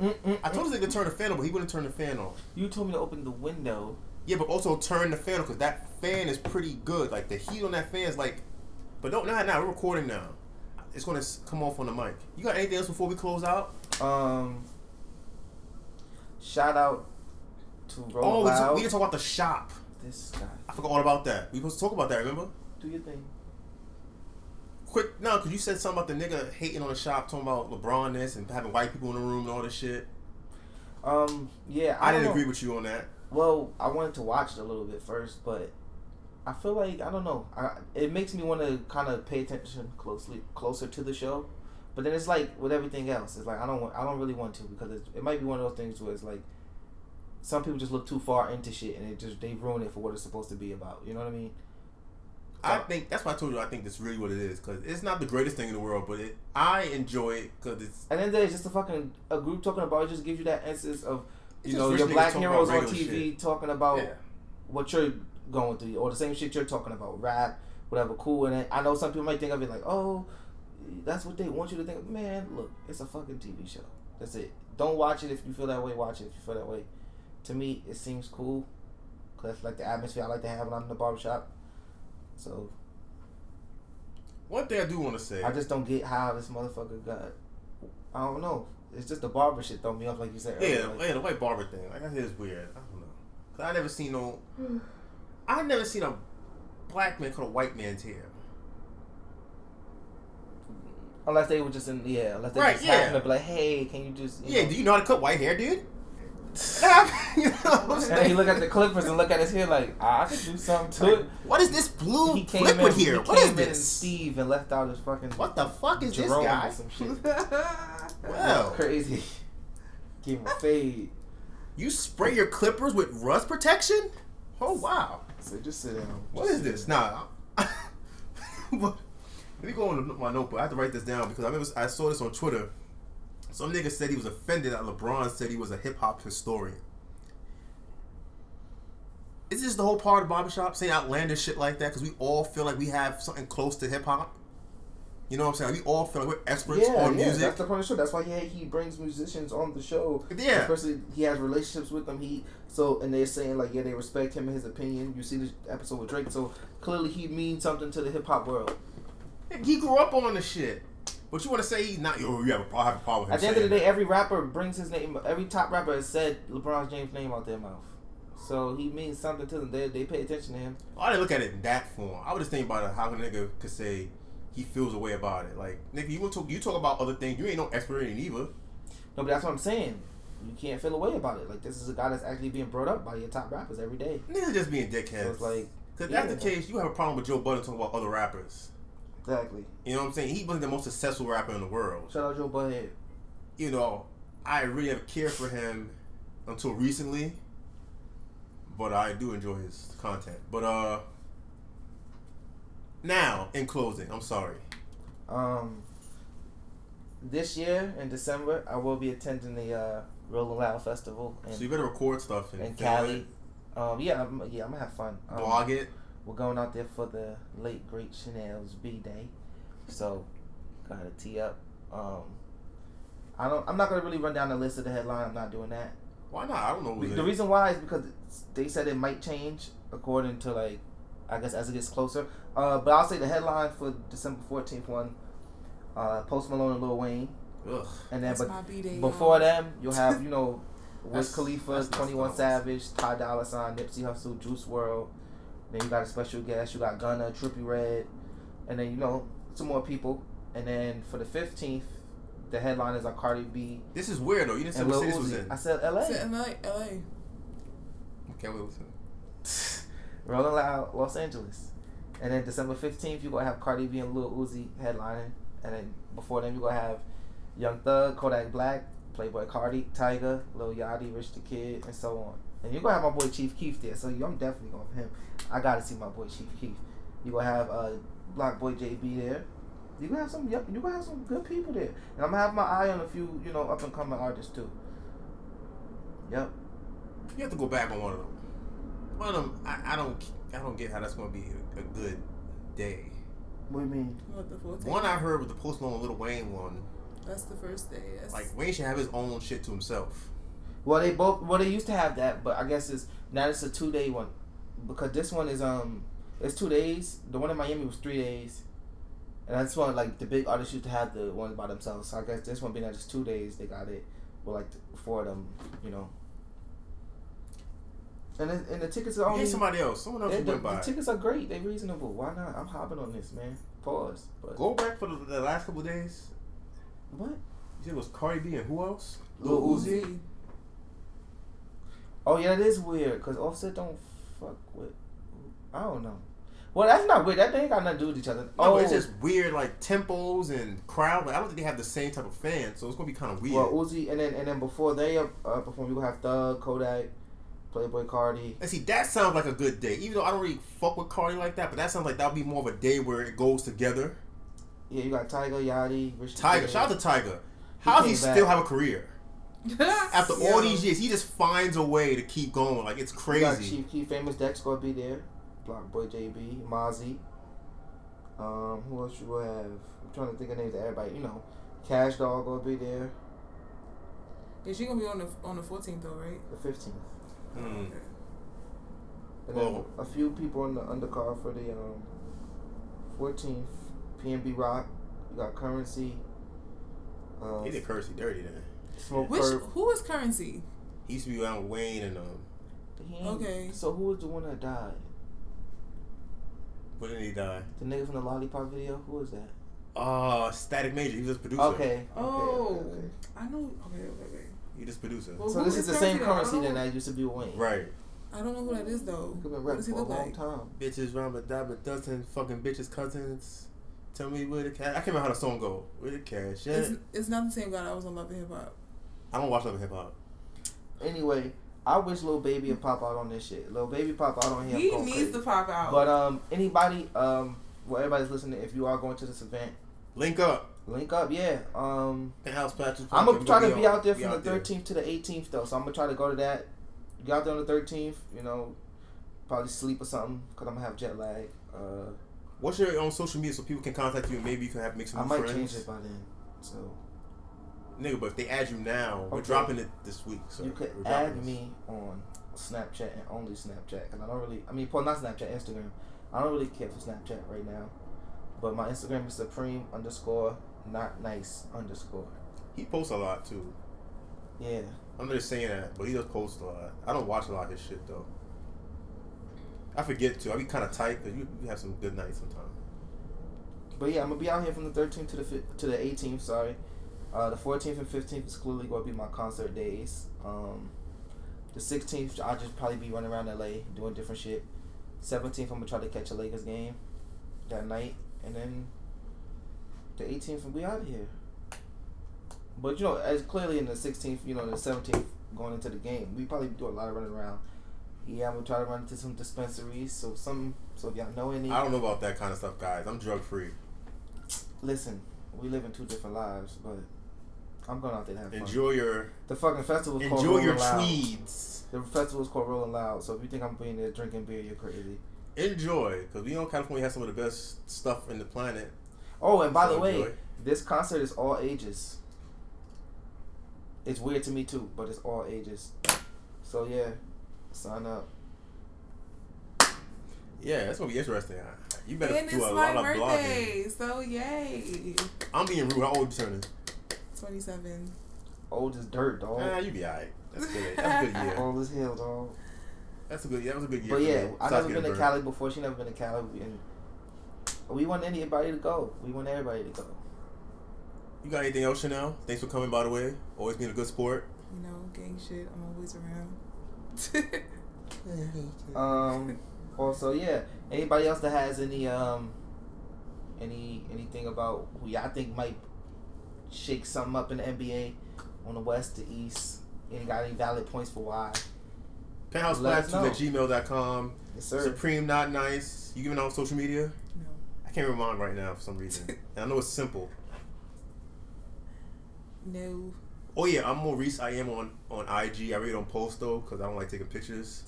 Speaker 1: I told this nigga to turn the fan on, but he wouldn't turn the fan on.
Speaker 2: you told me to open the window.
Speaker 1: Yeah, but also turn the fan on because that fan is pretty good. Like, the heat on that fan is like. But don't, nah, nah, we're recording now. It's going to come off on the mic. You got anything else before we close out?
Speaker 2: Um. Shout out to Roll
Speaker 1: Oh, we,
Speaker 2: Loud.
Speaker 1: t- we didn't talk about the shop.
Speaker 2: this guy.
Speaker 1: I forgot all about that. We supposed to talk about that, remember?
Speaker 2: Do your thing.
Speaker 1: Quick, no, because you said something about the nigga hating on the shop, talking about LeBron this and having white people in the room and all this shit.
Speaker 2: Um. Yeah.
Speaker 1: I,
Speaker 2: I,
Speaker 1: didn't
Speaker 2: don't know.
Speaker 1: agree with you on that.
Speaker 2: Well, I wanted to watch it a little bit first, but I feel like I don't know. I, it makes me want to kind of pay attention closely, closer to the show. But then it's like with everything else, it's like I don't want, I don't really want to because it's, it might be one of those things where it's like some people just look too far into shit and it just they ruin it for what it's supposed to be about. You know what I mean? Uh,
Speaker 1: I think that's why I told you I think that's really what it is because it's not the greatest thing in the world, but it, I enjoy it because it's
Speaker 2: And then there's just a fucking a group talking about it just gives you that instance of
Speaker 1: It's just
Speaker 2: you know
Speaker 1: rich
Speaker 2: your
Speaker 1: niggas
Speaker 2: black
Speaker 1: talking about
Speaker 2: heroes on
Speaker 1: regular
Speaker 2: TV talking about
Speaker 1: yeah.
Speaker 2: what you're going through or the same shit you're talking about rap whatever cool and then i know some people might think of it like oh that's what they want you to think of. man look it's a fucking tv show that's it don't watch it if you feel that way watch it if you feel that way to me it seems cool because that's like the atmosphere i like to have when i'm in the barbershop so
Speaker 1: One thing I do want to say,
Speaker 2: i just don't get how this motherfucker got i don't know it's just the barber shit throw me off like you said
Speaker 1: yeah,
Speaker 2: earlier.
Speaker 1: the-
Speaker 2: Like,
Speaker 1: yeah, the white barber thing, like I said, is weird. I don't know, 'Cause I never seen no, I never seen a black man cut a white man's hair.
Speaker 2: unless they were just in yeah unless they
Speaker 1: Right,
Speaker 2: just
Speaker 1: yeah.
Speaker 2: happened to be like hey can you just you
Speaker 1: Yeah,
Speaker 2: know,
Speaker 1: do you know how to cut white hair, dude? you know what I'm
Speaker 2: And he
Speaker 1: saying?
Speaker 2: look at the Clippers and look at his hair like "Ah, I could do something to it.
Speaker 1: What is this
Speaker 2: He
Speaker 1: blue
Speaker 2: came
Speaker 1: liquid
Speaker 2: in,
Speaker 1: here?
Speaker 2: He
Speaker 1: What is
Speaker 2: came in and
Speaker 1: this?
Speaker 2: Steve and left out his fucking
Speaker 1: What the fuck is
Speaker 2: Jerome
Speaker 1: this guy?
Speaker 2: or some shit.
Speaker 1: Wow.
Speaker 2: Crazy. Give him a fade.
Speaker 1: You spray your clippers with rust protection? Oh wow.
Speaker 2: So just sit down.
Speaker 1: What is this? Nah. What? Let me go on my notebook. I have to write this down because I remember I saw this on Twitter. Some nigga said he was offended that LeBron said he was a hip hop historian. Is this the whole part of barbershop saying outlandish shit like that? Because we all feel like we have something close to hip hop. You know what I'm saying? we all feel like we're experts
Speaker 2: Yeah,
Speaker 1: on
Speaker 2: yeah,
Speaker 1: music.
Speaker 2: that's the point of the show. That's why he he brings musicians on the show.
Speaker 1: Yeah.
Speaker 2: especially he has relationships with them. He so and they're saying like yeah they respect him and his opinion. You see the episode with Drake, so clearly he means something to the hip hop world.
Speaker 1: He grew up on the shit. But you want to say he's not? Yo, you have a pro- I have a problem
Speaker 2: At
Speaker 1: with
Speaker 2: the
Speaker 1: him.
Speaker 2: end of the
Speaker 1: saying
Speaker 2: day, every rapper brings his name. Every top rapper has said LeBron James' name out their mouth, so he means something to them. They, they pay attention to him.
Speaker 1: that. I didn't look at it in that form. I was just thinking about how a nigga could say he feels a way about it. Like nigga, you gonna talk you talk about other things. You ain't no expert in it either.
Speaker 2: No, but that's what I'm saying. You can't feel away about it. Like this is a guy that's actually being brought up by your top rappers every day.
Speaker 1: Niggas just being
Speaker 2: So
Speaker 1: dickheads.
Speaker 2: it's like
Speaker 1: Cause that's the
Speaker 2: yeah.
Speaker 1: case. You have a problem with Joe Budden talking about other rappers.
Speaker 2: exactly.
Speaker 1: You know what I'm saying? He wasn't the most successful rapper in the world.
Speaker 2: Shout out Joe Budhead.
Speaker 1: you know, I really have cared for him until recently, but I do enjoy his content. But uh, now in closing, I'm sorry.
Speaker 2: Um, this year in December, I will be attending the uh, Rolling Loud Festival
Speaker 1: So you
Speaker 2: in,
Speaker 1: better record stuff and,
Speaker 2: in
Speaker 1: film
Speaker 2: Cali.
Speaker 1: it,
Speaker 2: Um, yeah, I'm, yeah, I'm gonna have fun. Um,
Speaker 1: blog it.
Speaker 2: We're going out there for the late great Chanel's B day, so gotta tee up. Um, I don't. I'm not gonna really run down the list of the headline. I'm not doing that.
Speaker 1: Why not? I don't know. Who's
Speaker 2: The
Speaker 1: in.
Speaker 2: reason why is because it's- they said it might change according to like, I guess as it gets closer. Uh, but I'll say the headline for December 14th one, uh, Post Malone and Lil Wayne,
Speaker 1: Ugh.
Speaker 2: and then
Speaker 3: That's
Speaker 2: but
Speaker 3: my B-day,
Speaker 2: before
Speaker 3: y'all.
Speaker 2: them you'll have you know Wiz
Speaker 1: That's-
Speaker 2: Khalifa,
Speaker 1: that's not
Speaker 2: Twenty One
Speaker 1: Star
Speaker 2: Savage, Ty Dolla Sign, Nipsey Hussle, Juice World. Then you got a special guest. You got Gunna, Trippy Red, and then you know some more people. And then for the fifteenth, the headliners are Cardi B
Speaker 1: This is weird though. You didn't say
Speaker 2: and
Speaker 1: what
Speaker 2: Lil
Speaker 1: city this was
Speaker 2: Uzi.
Speaker 1: in.
Speaker 2: I said L.A.
Speaker 3: It's in LA. LA.
Speaker 1: Can't wait. listen.
Speaker 2: Rolling Loud, Los Angeles. And then December 15th, you're going to have Cardi B and Lil Uzi headlining. And then before them, you're going to have Young Thug, Kodak Black, Playboy Cardi, Tyga, Lil Yachty, Rich the Kid, and so on. And you're going to have my boy Chief Keef there. So I'm definitely going to have him. I got to see my boy Chief Keef. You're going to have uh, Black Boy JB there. You're going to have some yup, you're gonna have some good people there. And I'm going to have my eye on a few, you know, up and coming artists too. Yep.
Speaker 1: You have to go back on one of them. One of them. I, I don't. I don't get how that's gonna be a, a good day.
Speaker 2: What do you mean?
Speaker 3: What the 14th?
Speaker 1: One I heard was the Post Malone Little Wayne one.
Speaker 3: That's the first day. That's,
Speaker 1: Like Wayne should have his own shit to himself.
Speaker 2: Well, they both. Well, they used to have that, but I guess it's now it's a two day one, because this one is um, it's two days. The one in Miami was three days, and that's why like the big artists used to have the ones by themselves. So I guess this one being that it's two days, they got it with like the four of them, you know. And the, and the tickets are
Speaker 1: Oh,
Speaker 2: only.
Speaker 1: yeah, somebody else. Someone else
Speaker 2: they-
Speaker 1: who
Speaker 2: the,
Speaker 1: went by.
Speaker 2: Um, the tickets are great. They reasonable. Why not? I'm hopping on this, man. Pause. But
Speaker 1: Go back for the, the last couple days.
Speaker 2: what?
Speaker 1: You said it was Cardi B and who else?
Speaker 2: Lil
Speaker 1: Lil Uzi.
Speaker 3: Uzi.
Speaker 2: Oh yeah, it is weird because Offset don't fuck with. I don't know. Well, that's not weird. That they ain't got nothing to do with each other.
Speaker 1: No,
Speaker 2: oh,
Speaker 1: it's just weird, like tempos and crowd. Like, I don't think they have the same type of fans, so it's gonna be kind of weird.
Speaker 2: well Uzi, and then and then before they uh, perform, you have Thug, Kodak, Playboy Cardi.
Speaker 1: and see, that sounds like a good day, even though I don't really fuck with Cardi like that. But that sounds like that'll be more of a day where it goes together.
Speaker 2: Yeah, you got Tiger, Yachty, Rich.
Speaker 1: Tiger,
Speaker 2: Kid.
Speaker 1: shout out to Tiger. How does he
Speaker 2: came back.
Speaker 1: still have a career after all
Speaker 3: Yeah.
Speaker 1: these years? He just finds a way to keep going. Like it's
Speaker 2: You got
Speaker 1: crazy.
Speaker 2: Chief Key, famous Dex gonna be there. Block Boy JB, Mozzie. Um, who else you will have? I'm trying to think of names of everybody. You know, Cash Dog gonna be there.
Speaker 3: Yeah, she gonna be on the on the 14th though, right?
Speaker 2: The 15th.
Speaker 1: Mm.
Speaker 3: Okay.
Speaker 2: And then
Speaker 1: Well-
Speaker 2: a few people on the undercard for the um, 14th. PNB Rock. You got Currency. Uh,
Speaker 1: He did currency dirty then.
Speaker 2: Smoke
Speaker 3: Which
Speaker 2: Perp.
Speaker 3: who is currency?
Speaker 1: He used to be around Wayne and um,
Speaker 2: He ain't-
Speaker 3: Okay.
Speaker 2: So who was the one that died?
Speaker 1: when did he die?
Speaker 2: The nigga from the Lollipop video? Who was that?
Speaker 1: Uh, Static Major. He was a producer.
Speaker 2: Okay.
Speaker 3: Oh.
Speaker 2: Okay, okay, okay.
Speaker 3: I know. Okay, okay, okay.
Speaker 1: He just producer.
Speaker 3: Well,
Speaker 2: So
Speaker 3: who
Speaker 2: this is the same
Speaker 3: though? I
Speaker 2: currency
Speaker 3: don't-
Speaker 2: then that used to be with Wayne.
Speaker 1: Right.
Speaker 3: I don't know who that is though.
Speaker 2: Could been
Speaker 3: What
Speaker 2: rapping
Speaker 3: does he
Speaker 2: for a
Speaker 3: look
Speaker 2: long
Speaker 3: like?
Speaker 2: time.
Speaker 1: Bitches round but dot but Dustin, fucking bitches cousins. Tell me where the cash. I can't remember how the song go. Where the cash? at?
Speaker 3: It's, it's not the same guy that was on Love and Hip Hop.
Speaker 1: I don't watch other hip hop.
Speaker 2: Anyway, I wish Lil Baby would pop out on this shit. Lil Baby pop out on here.
Speaker 3: He
Speaker 2: I'm going
Speaker 3: needs
Speaker 2: crazy.
Speaker 3: to pop out.
Speaker 2: But um, anybody, um, well, everybody's listening. If you are going to this event,
Speaker 1: Link up.
Speaker 2: link up. Yeah. Um,
Speaker 1: Penthouse Patches.
Speaker 2: I'm gonna try to be out there
Speaker 1: be
Speaker 2: from
Speaker 1: out
Speaker 2: the 13th to the 18th though, so I'm gonna try to go to that. Get out there on the 13th, you know, probably sleep or something, cause I'm gonna have jet lag. Uh,
Speaker 1: What's your own social media so people can contact you and maybe you can have make some
Speaker 2: I
Speaker 1: new
Speaker 2: might
Speaker 1: friends?
Speaker 2: change it by then. So
Speaker 1: Nigga, but if they add you now, we're
Speaker 2: Okay.
Speaker 1: dropping it this week. So
Speaker 2: you could
Speaker 1: we're dropping
Speaker 2: add
Speaker 1: this.
Speaker 2: me on Snapchat and only Snapchat, cause I don't really, I mean, well, not Snapchat, Instagram. I don't really care for Snapchat right now. But my Instagram is supreme underscore not nice underscore.
Speaker 1: He posts a lot too.
Speaker 2: Yeah.
Speaker 1: I'm just saying that, but he does post a lot. I don't watch a lot of his shit though. I forget to. I be kind of tight, but you, you have some good nights sometimes.
Speaker 2: But yeah, I'm gonna be out here from the 13th to the fi- to the 18th. Sorry, uh, the 14th and 15th is clearly gonna be my concert days. Um, the 16th I'll just probably be running around LA doing different shit. 17th I'm gonna try to catch a Lakers game that night, and then the 18th we out of here. But you know, as clearly in the 16th, you know, the 17th going into the game, we probably do a lot of running around. Yeah, I'm gonna try to run into some dispensaries. So some, so if y'all know any,
Speaker 1: I don't know about that kind of stuff, guys. I'm drug free.
Speaker 2: listen, we live in two different lives, but I'm going out there to have fun.
Speaker 1: Enjoy your
Speaker 2: The fucking festival is called
Speaker 1: enjoy your
Speaker 2: Rolling Loud.
Speaker 1: tweeds.
Speaker 2: The festival is called Rolling Loud, so if you think I'm being there drinking beer, you're crazy.
Speaker 1: Enjoy, because we know California has some of the best stuff in the planet.
Speaker 2: Oh, and by
Speaker 1: So
Speaker 2: the way,
Speaker 1: enjoy.
Speaker 2: this concert is all ages. It's weird to me too, but it's all ages. So yeah, sign up.
Speaker 1: yeah, that's gonna be interesting. You better
Speaker 3: And
Speaker 1: do
Speaker 3: it's
Speaker 1: a
Speaker 3: my
Speaker 1: lot of blogging.
Speaker 3: birthday, so yay.
Speaker 1: I'm being rude. How old you turning?
Speaker 3: 27.
Speaker 2: Old as dirt, dog.
Speaker 1: Nah, you be alright. That's good. That's a good year.
Speaker 2: Old as hell, dog.
Speaker 1: That's a good. That was a good year.
Speaker 2: But
Speaker 1: for me.
Speaker 2: yeah, I've
Speaker 1: Besides
Speaker 2: never
Speaker 1: getting
Speaker 2: been to
Speaker 1: burned.
Speaker 2: Cali before. She never been to Cali, and we want anybody to go. We want everybody to go.
Speaker 1: You got anything else, Chanel? Thanks for coming, by the way. Always being a good sport.
Speaker 3: You know, gang shit. I'm always around.
Speaker 2: Um. Also, yeah. Anybody else that has any um, any anything about who y'all think might shake something up in the NBA on the West to East? Any got any valid points for why?
Speaker 1: Penthouse
Speaker 2: Let us
Speaker 1: Platitude at gmail.com.
Speaker 2: Yes, sir.
Speaker 1: Supreme Not Nice. You giving out social media?
Speaker 3: no.
Speaker 1: I can't remember mine right now for some reason. and I know it's simple.
Speaker 3: No.
Speaker 1: Oh yeah, I'm more Reese. I am on on IG. I really don't post though because I don't like taking pictures.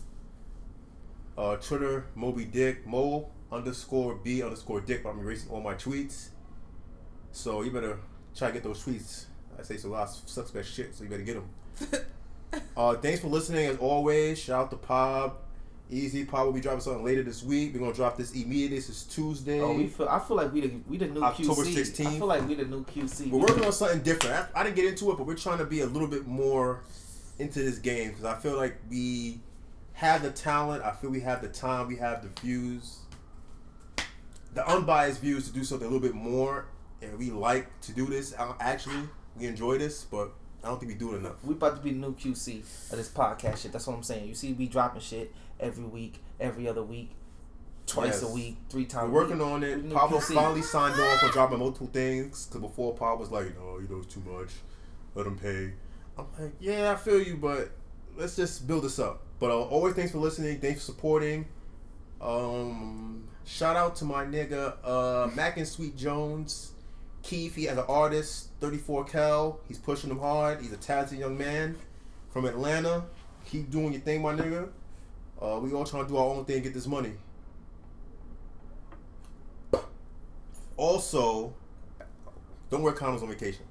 Speaker 1: Uh, Twitter Moby Dick Mo underscore B underscore Dick. But I'm erasing all my tweets. So you better try to get those tweets. I say some lot of suspect shit, so you better get them. Uh, thanks for listening as always. Shout out to Pob. Easy Pob will be dropping something later this week. We're gonna drop this immediately. This is Tuesday.
Speaker 2: Oh, we feel. I feel like we the we the new
Speaker 1: October
Speaker 2: QC.
Speaker 1: 16th.
Speaker 2: I feel like we the new QC.
Speaker 1: We're working on something different. I, I didn't get into it, but we're trying to be a little bit more into this game because I feel like we have the talent. I feel we have the time. We have the views, the unbiased views to do something a little bit more. And we like to do this. I- Actually, we enjoy this, but I don't think we do it enough.
Speaker 2: We about to be the new QC of this podcast shit. That's what I'm saying. You see, we dropping shit every week, every other week, twice
Speaker 1: Yes.
Speaker 2: a week, three
Speaker 1: We're
Speaker 2: times.
Speaker 1: working
Speaker 2: a week.
Speaker 1: on
Speaker 2: We
Speaker 1: it.
Speaker 2: need
Speaker 1: Pablo
Speaker 2: to see.
Speaker 1: finally signed off on dropping multiple things because before Pablo was like, "No, you know it's too much. Let him pay." I'm like, "Yeah, I feel you, but let's just build this up." But uh, always thanks for listening. Thanks for supporting. Um, shout out to my nigga uh, Mac and Sweet Jones, Keith. He as an artist, 34 Cal. He's pushing him hard. He's a talented young man from Atlanta. Keep doing your thing, my nigga. Uh, we all trying to do our own thing and get this money. Also, don't wear condoms on vacation.